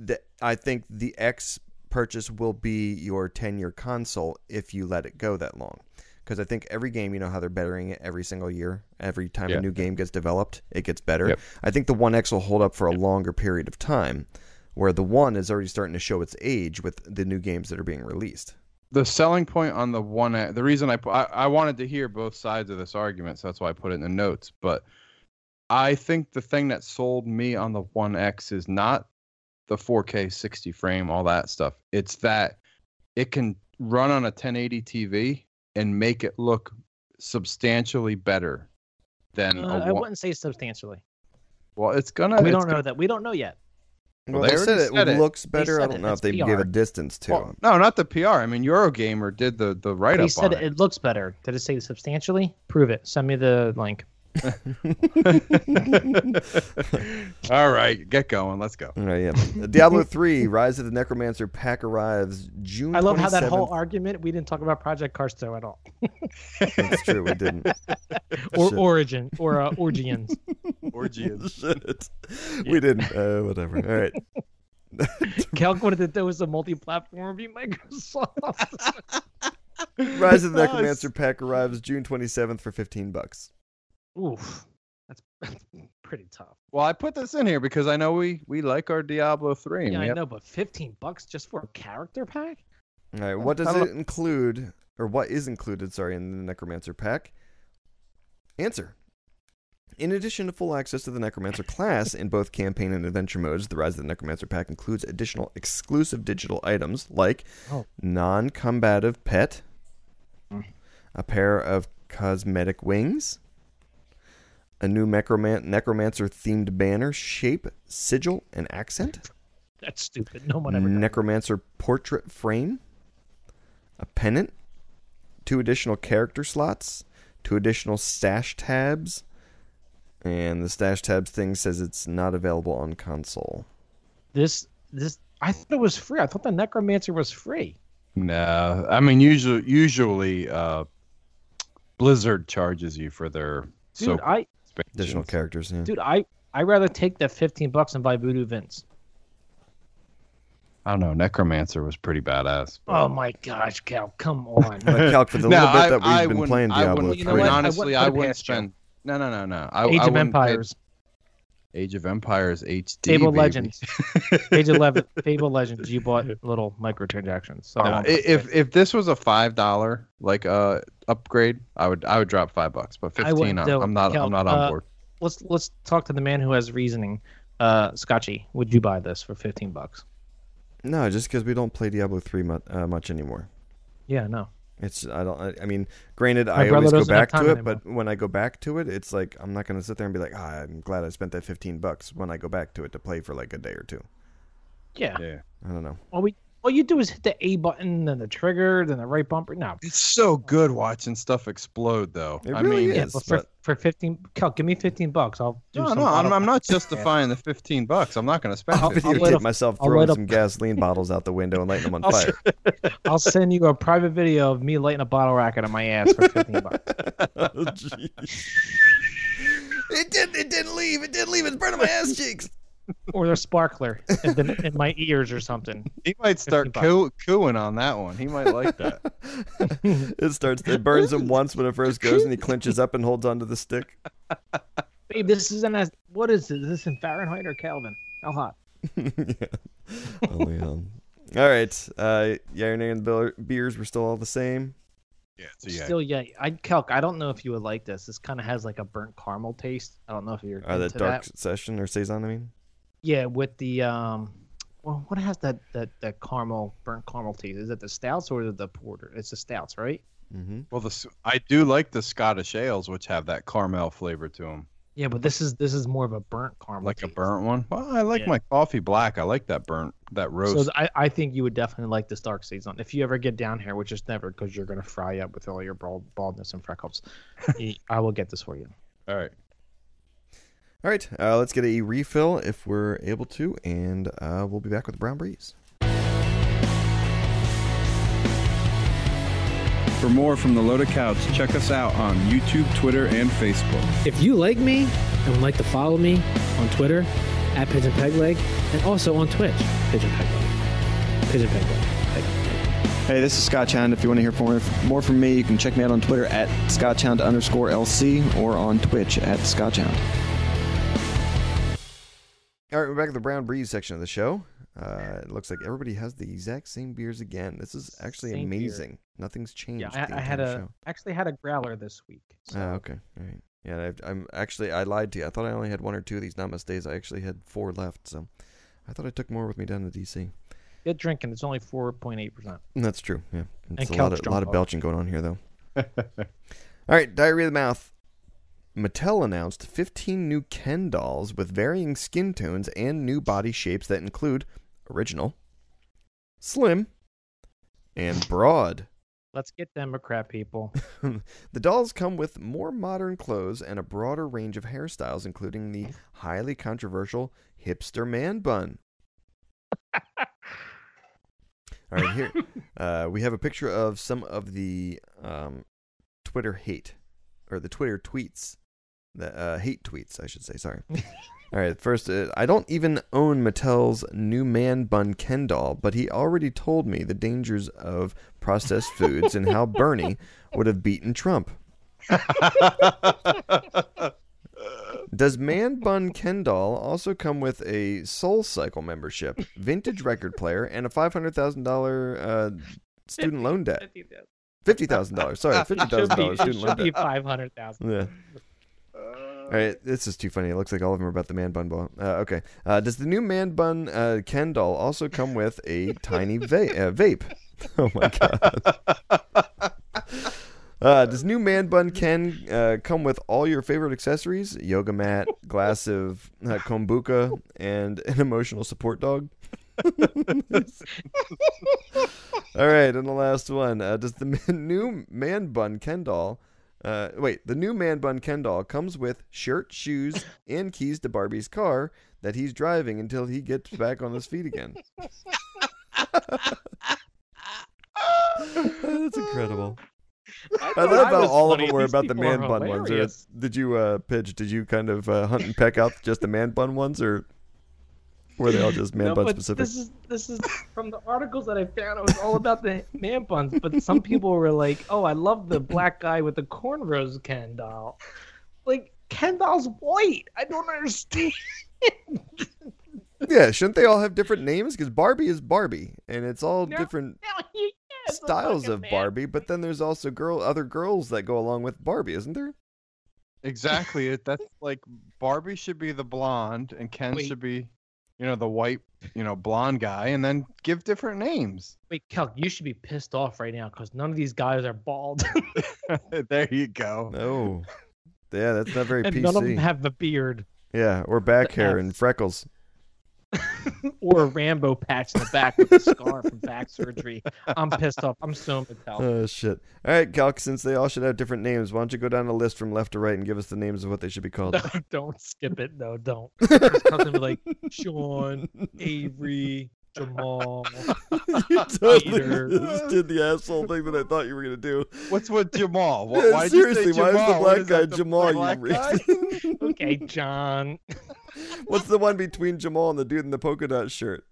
that I think the X purchase will be your 10 year console if you let it go that long. Because I think every game, you know how they're bettering it every single year. Every time
Yeah.
a new game gets developed, it gets better.
Yep.
I think the One X will hold up for a longer period of time, where the One is already starting to show its age with the new games that are being released.
The selling point on the one, the reason I, pu- I I wanted to hear both sides of this argument, so that's why I put it in the notes. But I think the thing that sold me on the One X is not the 4K 60 frame, all that stuff. It's that it can run on a 1080 TV and make it look substantially better than
Uh, I
a one.
wouldn't say substantially.
Well, it's gonna.
we
it's
don't know
gonna-
that. We don't know yet.
Well,
Well,
they,
they
said
already
it
said it.
looks
They
better. I
said
don't
it.
know if
It's
they
PR.
gave a distance to
well,
it.
no, not the PR. I mean, Eurogamer did the the write
He
up
said
on
it,
it.
it looks better. Did it say substantially? Prove it. Send me the link.
All right, get going. Let's go.
All right, Oh, yeah. Diablo 3, Rise of the Necromancer pack arrives June
I love how that whole
27th.
argument we didn't talk about Project Carsto at all,
That's true, we didn't.
or
Shit.
Origin, or uh, Orgians.
Orgians.
Shit. We didn't. Uh, whatever. All right.
Calc wanted to do was a multi-platform review Microsoft.
Rise of the Necromancer pack arrives June 27th for 15 bucks.
Oof, that's, that's pretty tough.
Well, I put this in here because I know we we like our Diablo three. and
Yeah,
we
I
have-
know, but fifteen bucks just for a character pack?
All right, what does
Hello.
it include, or what is included, sorry, in the Necromancer pack? Answer. In addition to full access to the Necromancer class in both campaign and adventure modes, the Rise of the Necromancer pack includes additional exclusive digital items like
Oh.
non combative pet, a pair of cosmetic wings, a new necroman- Necromancer themed banner, shape, sigil, and accent.
That's stupid. No one ever. does.
Necromancer portrait frame, a pennant, two additional character slots, two additional stash tabs, and the stash tabs thing says it's not available on console.
This this I thought it was free. I thought the Necromancer was free.
No, I mean usually usually uh, Blizzard charges you for their
Dude,
so
I
Additional characters, yeah.
dude, I I rather take that fifteen bucks and buy Voodoo Vince.
I don't know. Necromancer was pretty badass. but-
Oh my gosh, Cal, come on.
But calc for the
No,
little bit
I-
that we've
I
been
wouldn't-
playing
I
Diablo.
wouldn't- you know
three. I
what?
III.
wouldn't
honestly,
put
I
it
wouldn't
past you.
spend. No, no, no, no. I,
Age
I
of
wouldn't pay-
Empires,
Age of Empires HD.
Fable
baby.
Legends, Age Eleven, Fable Legends. You bought little microtransactions. So um, I
No, i-
won't-
if if this was a five dollar like uh upgrade, I would I would drop five bucks. But
I
fifteen,
wouldn't
I'm,
do it.
I'm not
Cal,
I'm not on
uh,
board.
let's let's talk to the man who has reasoning. Uh, Scotchy, would you buy this for fifteen bucks?
No, just because we don't play Diablo three much, uh, much anymore.
Yeah, no.
It's I don't. I- I mean, granted,
My
I
brother
always go
doesn't have
back to
time
it,
anymore.
but when I go back to it, it's like I'm not gonna sit there and be like, ah, I'm glad I spent that 15 bucks when I go back to it to play for like a day or two.
Yeah.
Yeah,
I don't know.
All we all you do is hit the A button, then the trigger, then the right bumper. No.
it's so good watching stuff explode though.
It
I
really
mean,
is.
Yeah, but for
but-
for fifteen, Cal, give me fifteen bucks. I'll do
No,
some
no, I'm,
bottle-
I'm not justifying the fifteen bucks. I'm not going to spend
I'll
it.
I'll light
videotape
up-
myself
I'll
throwing
light up-
some gasoline bottles out the window and lighting them on
I'll
fire.
I'll send you a private video of me lighting a bottle rocket on my ass for fifteen bucks.
Oh, jeez. it did. It didn't leave. It didn't leave. It's burning my ass cheeks.
or the sparkler in, the, in my ears or something.
He might start
15
coo- cooing on that one. He might like that.
It starts. It burns him once when it first goes, and he clinches up and holds onto the stick.
Babe, this isn't as what is this? Is this in Fahrenheit or Kelvin? Oh, How hot?
Only hell. Oh, All right. Uh, yeah, your name and the beers were still all the same.
Yeah,
Still, yeah. I Kelk, I don't know if you would like this. This kind of has like a burnt caramel taste. I don't know if you're
Uh,
Or
into
Uh, that dark
that.
session or saison. I mean,
Yeah, with the um, well, what has that that that caramel burnt caramel taste? Is it the stouts or is it the porter? It's the stouts, right?
mm-hmm.
Well, the, s- I do like the Scottish ales, which have that caramel flavor to them,
Yeah, but this is this is more of a burnt caramel.
like a
taste.
burnt one. Well, I like
Yeah.
my coffee black. I like that burnt, that roast.
So th- I, I think you would definitely like this dark season if you ever get down here, which is never because you're gonna fry up with all your bald, baldness and freckles. Y- I will get this for you.
All right.
All right, uh, let's get a refill if we're able to, and uh, we'll be back with the brown breeze.
For more from the Loaded Couch, check us out on YouTube, Twitter, and Facebook.
If you like me and would like to follow me on Twitter at Pigeon Peg Leg and also on Twitch, Pigeon Peg Leg. Pigeon Peg Leg. Peg, Peg.
Hey, this is Scott Hound. If you want to hear more, more from me, you can check me out on Twitter at scotchhound underscore LC or on Twitch at scotchhound.
All right, we're back at the brown breeze section of the show. Uh, it looks like everybody has the exact same beers again. This is actually
Same beer.
amazing. Nothing's changed.
Yeah,
the
I, I had
entire
a actually had a growler this week.
show. Ah, okay, all right. Yeah, I've, I'm actually I lied to you. I thought I only had one or two of these namaste's. I actually had four left, so I thought I took more with me down to DC.
Good drinking. It's only four point eight percent.
That's true. Yeah, it's a
couch
lot of,
drunk
lot of
folks.
belching going on here, though. All right, diarrhea of the mouth. Mattel announced 15 new Ken dolls with varying skin tones and new body shapes that include original, slim, and broad.
Let's get Democrat people.
the dolls come with more modern clothes and a broader range of hairstyles, including the highly controversial hipster man bun. All right, here uh, we have a picture of some of the um, Twitter hate or the Twitter tweets, the uh, hate tweets, I should say. Sorry. All right, first, uh, I don't even own Mattel's new man bun Ken doll, but he already told me the dangers of processed foods and how Bernie would have beaten Trump. Does Man Bun Ken doll also come with a Soul Cycle membership, vintage record player, and a five hundred thousand thousand dollar uh, student loan debt? Fifty thousand dollars. Sorry, fifty thousand dollars student loan debt.
five hundred thousand.
Yeah. All right, this is too funny. It looks like all of them are about the man bun ball. Uh, okay. Uh, does the new man bun uh, Ken doll also come with a tiny va- uh, vape? Oh my god. Uh, does new man bun Ken uh, come with all your favorite accessories? Yoga mat, glass of uh, kombucha, and an emotional support dog. All right, and the last one. Uh, does the man, new man bun Ken doll? Uh, wait, the new man bun Ken doll comes with shirt, shoes, and keys to Barbie's car that he's driving until he gets back on his feet again. That's incredible. I love how all of them were about the man bun ones. Or did you, uh, Pidge, did you kind of uh, hunt and peck out just the man bun ones, or were they all just man
No,
bun
but
specific?
this is this is from the articles that I found. It was all about the man buns, but some people were like, "Oh, I love the black guy with the cornrows Ken doll." Like Ken doll's white. I don't understand.
Yeah, shouldn't they all have different names? Because Barbie is Barbie, and it's all
No.
different
Now he is a
styles
fucking
of
man.
Barbie. But then there's also girl, other girls that go along with Barbie, isn't there?
Exactly. It, that's like Barbie should be the blonde and Ken
Wait.
should be, you know, the white, you know, blonde guy, and then give different names.
Wait, Kelk, you should be pissed off right now because none of these guys are bald,
there you go.
No. Yeah, that's not very
and
PC.
none of them have a beard
yeah, or back
The
hair
F.
and freckles.
or a Rambo patch in the back with a scar from back surgery. I'm pissed off. I'm so Mattel.
Oh shit! All right, Calc. Since they all should have different names, why don't you go down a list from left to right and give us the names of what they should be called?
No, don't skip it. No, don't. There's something like Sean, Avery, Jamal.
you totally
Peter.
just did the asshole thing that I thought you were gonna do.
What's with Jamal? Why,
Yeah,
why'd you say
seriously, why is the
Jamal? What
black
that,
guy
the
Jamal, you
black guy?
Okay, John.
What's the one between Jamal and the dude in the polka dot shirt?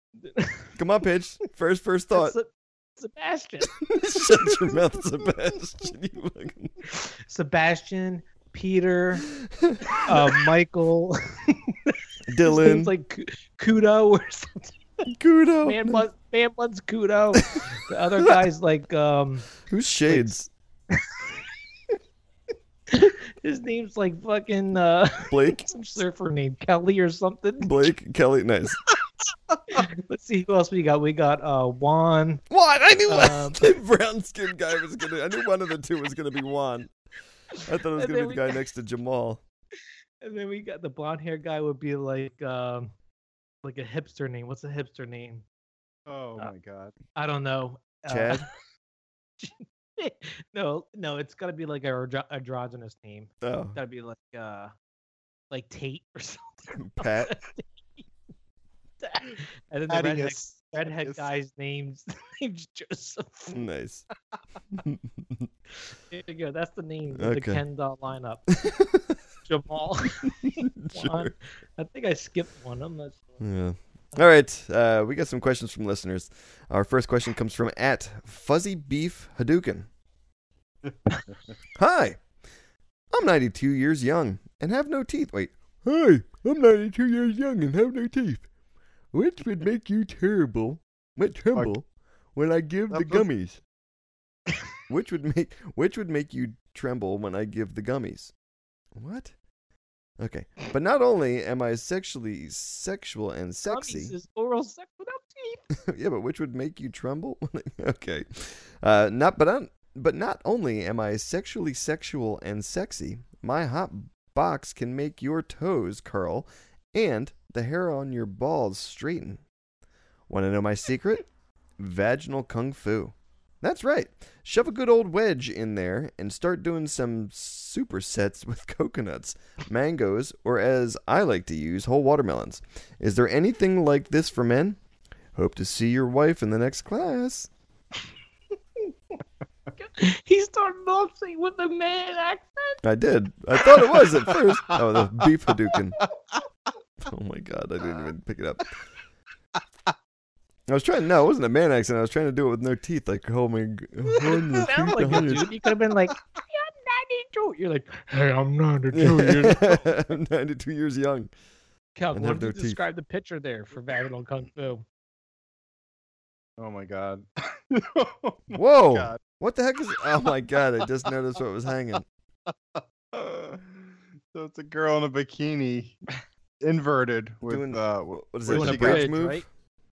Come on, Pitch. First, first thought.
Se- Sebastian.
Shut your mouth, Sebastian. You fucking...
Sebastian, Peter, uh, Michael. His
Dylan.
name's like Ku- Kudo or something.
Kudo.
Man Buns, Man Buns Kudo. The other guy's like, um,
Who's Shades?
his name's like fucking uh,
Blake.
some surfer named Kelly or something.
Blake. Kelly. Nice.
Let's see who else we got. We got uh, Juan.
Juan. I knew
Um,
the brown skinned guy was going to. I knew one of the two was going to be Juan. I thought it was
And
going to
then
be the
we
guy
got-
next to Jamal.
And then we got the blonde hair guy would be like, um, like a hipster name. What's a hipster name?
Oh my god.
I don't know. Uh,
Chad?
no, no, it's gotta be like a andro- androgynous name.
Oh.
Gotta be like uh, like Tate or something.
Pat.
and then the redhead,
Thaddeus.
redhead
Thaddeus.
guy's name's name's Joseph.
Mm. Nice.
There you go. That's the name of
Okay.
the Ken doll lineup. Jamal. Juan.
Sure.
I think I skipped one. I'm not sure.
Yeah. All right. Uh, we got some questions from listeners. Our first question comes from at Fuzzy Beef Hadouken. Hi, I'm 92 years young and have no teeth. Wait. Hi, I'm 92 years young and have no teeth. Which would make you terrible? What tremble when I give the
That was-
gummies? which would make which would make you tremble when I give the gummies? What? Okay. But not only am I sexually sexual and sexy.
Mummies is oral sex without teeth.
yeah, but which would make you tremble? okay. Uh, not but i but not only am I sexually sexual and sexy, my hot box can make your toes curl and the hair on your balls straighten. Want to know my secret? Vaginal kung fu. That's right. Shove a good old wedge in there and start doing some supersets with coconuts, mangoes, or as I like to use, whole watermelons. Is there anything like this for men? Hope to see your wife in the next class.
Get He started off saying with a man accent.
I did. I thought it was at first. Oh, the beef Hadouken. Oh my god, I didn't even pick it up. I was trying. No, it wasn't a man accent. I was trying to do it with no teeth, like oh holding. holding the
Sound
feet
like a
behind your-
dude. You could have been like, I'm 92. You're like, hey, I'm 92 years old."
I'm 92 years young.
Calvin,
And
what
have
if you
their teeth.
describe the picture there for Babylon Kung Fu?
Oh my god.
Whoa!
God.
What the heck is? Oh my god! I just noticed what was hanging.
so it's a girl in a bikini, inverted with
Doing-
uh, wh-
What is
Where
it?
she
A
got-
bridge move?
right?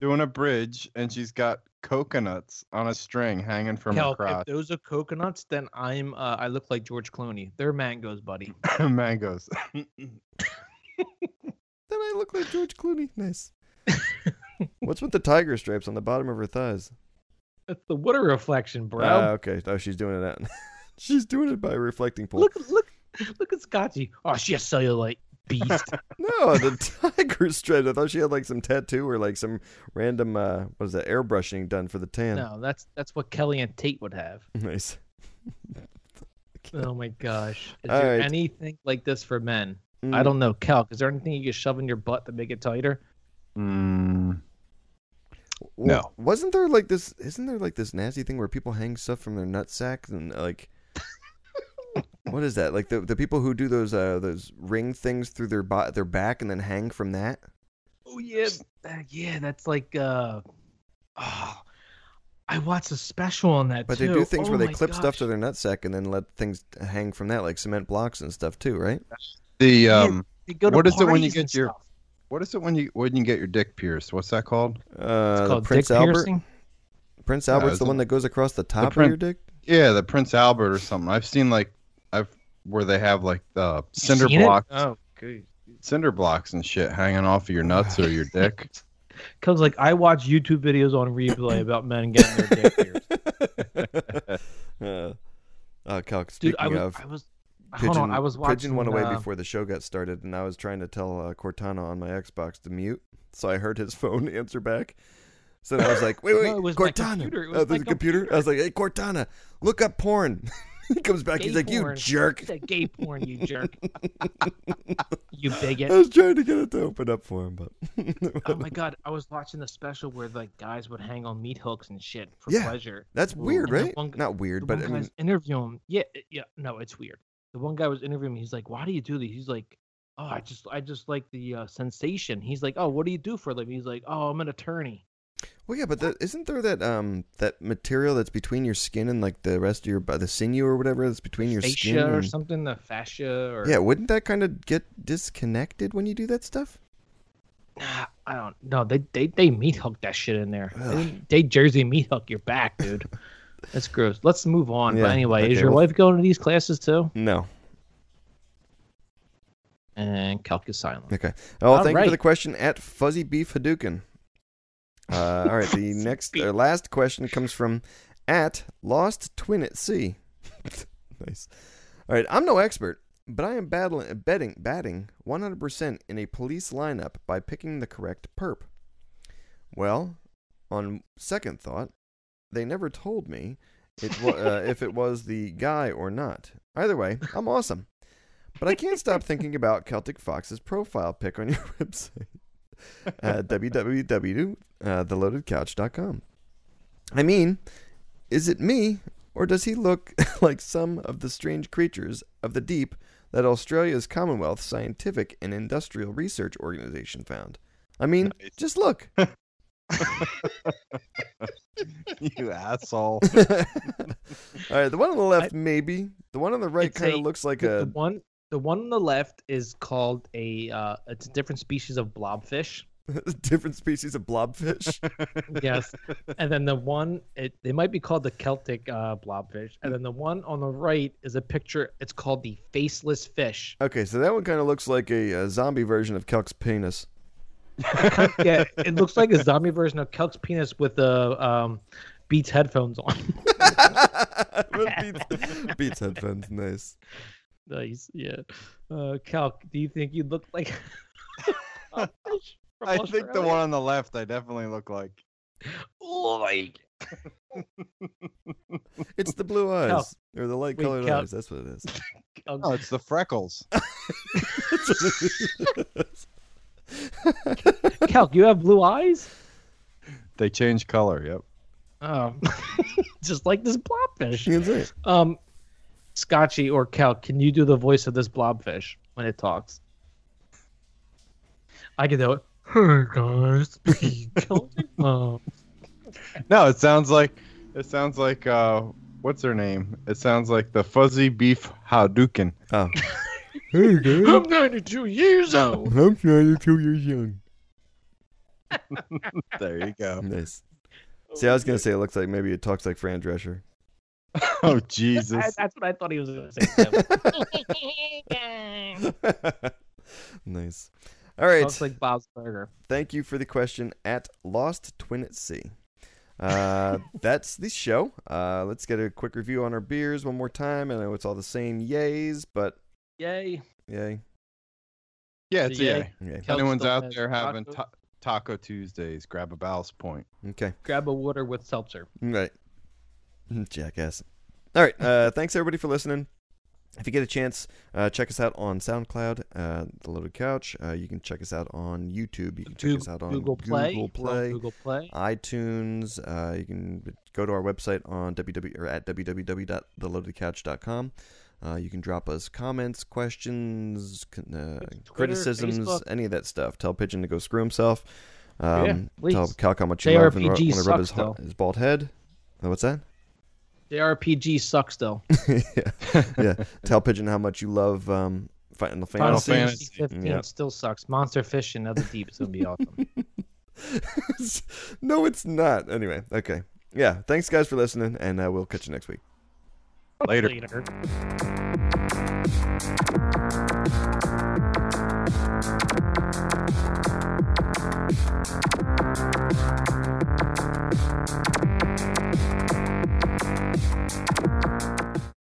doing a bridge, and she's got coconuts on a string hanging from
Hell,
her crotch.
if those are coconuts, then I'm uh, I look like George Clooney. They're mangoes, buddy.
Mangoes.
Then I look like George Clooney. Nice. What's with the tiger stripes on the bottom of her thighs?
That's the water reflection, bro.
Ah, okay. Oh, she's doing it. At... she's doing it by reflecting pool.
look, look, look at Scotty. Oh, she a cellulite beast.
No, the tiger stripes. I thought she had like some tattoo or like some random uh what is that airbrushing done for the tan.
no, that's that's what Kelly and Tate would have.
Nice.
Oh my gosh. Is
All
there
right.
anything like this for men? I
Mm,
don't know, Cal. Is there anything you can shove in your butt to make it tighter?
Mm,
w-
No.
Wasn't there like this isn't there like this nasty thing where people hang stuff from their nut sacks and like What is that? Like the, the people who do those uh those ring things through their bo- their back and then hang from that?
Oh yeah, uh, yeah. That's like, uh, oh, I watched a special on that
But
too.
they do things
Oh
where they
my
clip stuff to
gosh.
their nut sack and then let things hang from that like cement blocks and stuff too, right?
the
Yeah.
um,
They go to
What is it when you
parties
get
and
your-
stuff.
what is it when you when you get your dick pierced? What's that called?
Uh
It's
the
called
Prince
dick
Albert
piercing.
Prince
No,
Albert's
it's
the
the-
one that goes across the top
prin-
of your dick?
Yeah, the Prince Albert or something. I've seen like I've where they have like the
You
cinder
seen it?
blocks,
Oh, good.
cinder blocks and shit hanging off of your nuts or your dick.
Cause like I watch YouTube videos on replay about men getting their dick pierced.
uh, uh, Calc,
Dude,
speaking
I was,
of,
I was.
Pigeon,
hold on, I was watching.
Pigeon went away
uh,
before the show got started, and I was trying to tell uh, Cortana on my Xbox to mute, so I heard his phone answer back. So then I was like, wait,
No,
wait,
it was my
Cortana.
computer, it
oh,
was
the
my
computer? I was like, hey, Cortana, look up porn. he comes back, he's
Gay
like, you
porn.
jerk.
It's a gay porn, you jerk. you bigot.
I was trying to get it to open up for him, but
Oh my god, I was watching the special where like guys would hang on meat hooks and shit for
Yeah,
pleasure.
that's weird,
And the
right?
one g- The
Not weird, but I
one
mean,
guy's interviewing him. Yeah, it- yeah, no, it's weird. The one guy was interviewing me. He's like, "Why do you do these?" He's like, "Oh, I just, I just like the uh, sensation." He's like, "Oh, what do you do for a living?" He's like, "Oh, I'm an attorney."
Well, yeah, but there, isn't there that um that material that's between your skin and like the rest of your bo- the sinew or whatever that's between your skin?
Fascia or
and-
something, the fascia or
Yeah, wouldn't that kind of get disconnected when you do that stuff?
Nah, I don't know. They they they meat hook that shit in there.
Ugh.
They, they Jersey meat hook your back, dude. That's gross. Let's move on.
Yeah,
but anyway, is
okay,
your
well-
wife going to these classes too?
No.
And Calc is silent.
Okay. Oh,
All
thank you for the
right.
question at Fuzzy Beef Hadouken. Uh, all right, the next or last question comes from at Lost Twin at Sea. nice. All right, I'm no expert, but I am battling, betting, batting 100% in a police lineup by picking the correct perp. Well, on second thought, they never told me it wa- uh, if it was the guy or not. Either way, I'm awesome. But I can't stop thinking about Celtic Fox's profile pic on your website at www.theloadedcouch.com. I mean, is it me, or does he look like some of the strange creatures of the deep that Australia's Commonwealth Scientific and Industrial Research Organization found? I mean, just look.
you asshole.
All right, the one on the left,
I-
maybe. The one on the right
It's
kind
a-
of looks like
The, the
a.
one the one on the left is called a uh, it's a different species of blobfish.
different species of blobfish.
Yes, and then the one it they might be called the Celtic uh, blobfish, and then the one on the right is a picture. It's called the faceless fish.
okay, so that one kind of looks like a, uh zombie version of Kelk's penis.
yeah, it looks like a zombie version of Kelk's penis with the um, Beats headphones on.
With Beats, Beats headphones, nice.
nice, yeah. Uh, Kelk, do you think you look like?
I think the one on the left I definitely look like.
Lloyd.
It's the blue eyes or the light
Wait,
colored
Cal-
eyes. That's what it is.
um,
No, it's the freckles.
Calc, you have blue eyes?
They change color. Yep.
Oh, just like this blobfish.
That's it.
Um, Scotchy or Calc, can you do the voice of this blobfish when it talks? I can do it. Hey guys, be Celtic Mob.
No, it sounds like it sounds like uh, what's her name? It sounds like the fuzzy beef Hadouken.
Oh. hey, dude.
I'm 92 years old.
I'm 92 years young.
There you go.
Oh, Nice.
Oh,
See, I was going to say it looks like maybe it talks like Fran Drescher.
oh
I,
Jesus!
that's what I thought he was going to say. too.
nice. All right.
Talks like Bob's Burger.
Thank you for the question at Lost Twin at Sea. Uh, that's the show. Uh, let's get a quick review on our beers one more time. I know it's all the same yays, but
Yay.
yay.
Yeah, it's a
Yeah.
yay.
yay.
If anyone's
still
out
has
there having
tacos.
ta- Taco Tuesdays, grab a Ballast Point.
Okay.
Grab a water with seltzer.
Right. Hmm, Jackass. All right. Uh, thanks everybody for listening. If you get a chance, uh, check us out on SoundCloud, uh, The Loaded Couch. Uh, you can check us out on YouTube. You can check
Goog-
us out on
Google Play.
Google
We're on
Play, Uh,
Google Play.
iTunes. Uh, you can go to our website on www or at www.theloadedcouch.com. Uh, you can drop us comments, questions, con- uh,
Twitter,
criticisms,
Facebook.
any of that stuff. Tell Pigeon to go screw himself. Um,
Yeah, please.
tell Calc how much you love and want
JRPG
to rub his,
sucks,
ho-
though.
his bald head. Uh, What's that?
The RPG sucks though.
yeah. yeah. Tell Pigeon how much you love um, Final
Final
Fantasy.
Fantasy
Fantasy.
15
Yeah.
still sucks. Monster Fish and Other Deep is gonna be awesome.
no, it's not. Anyway, okay. Yeah. Thanks, guys, for listening, and uh, we'll catch you next week.
Later.
Later.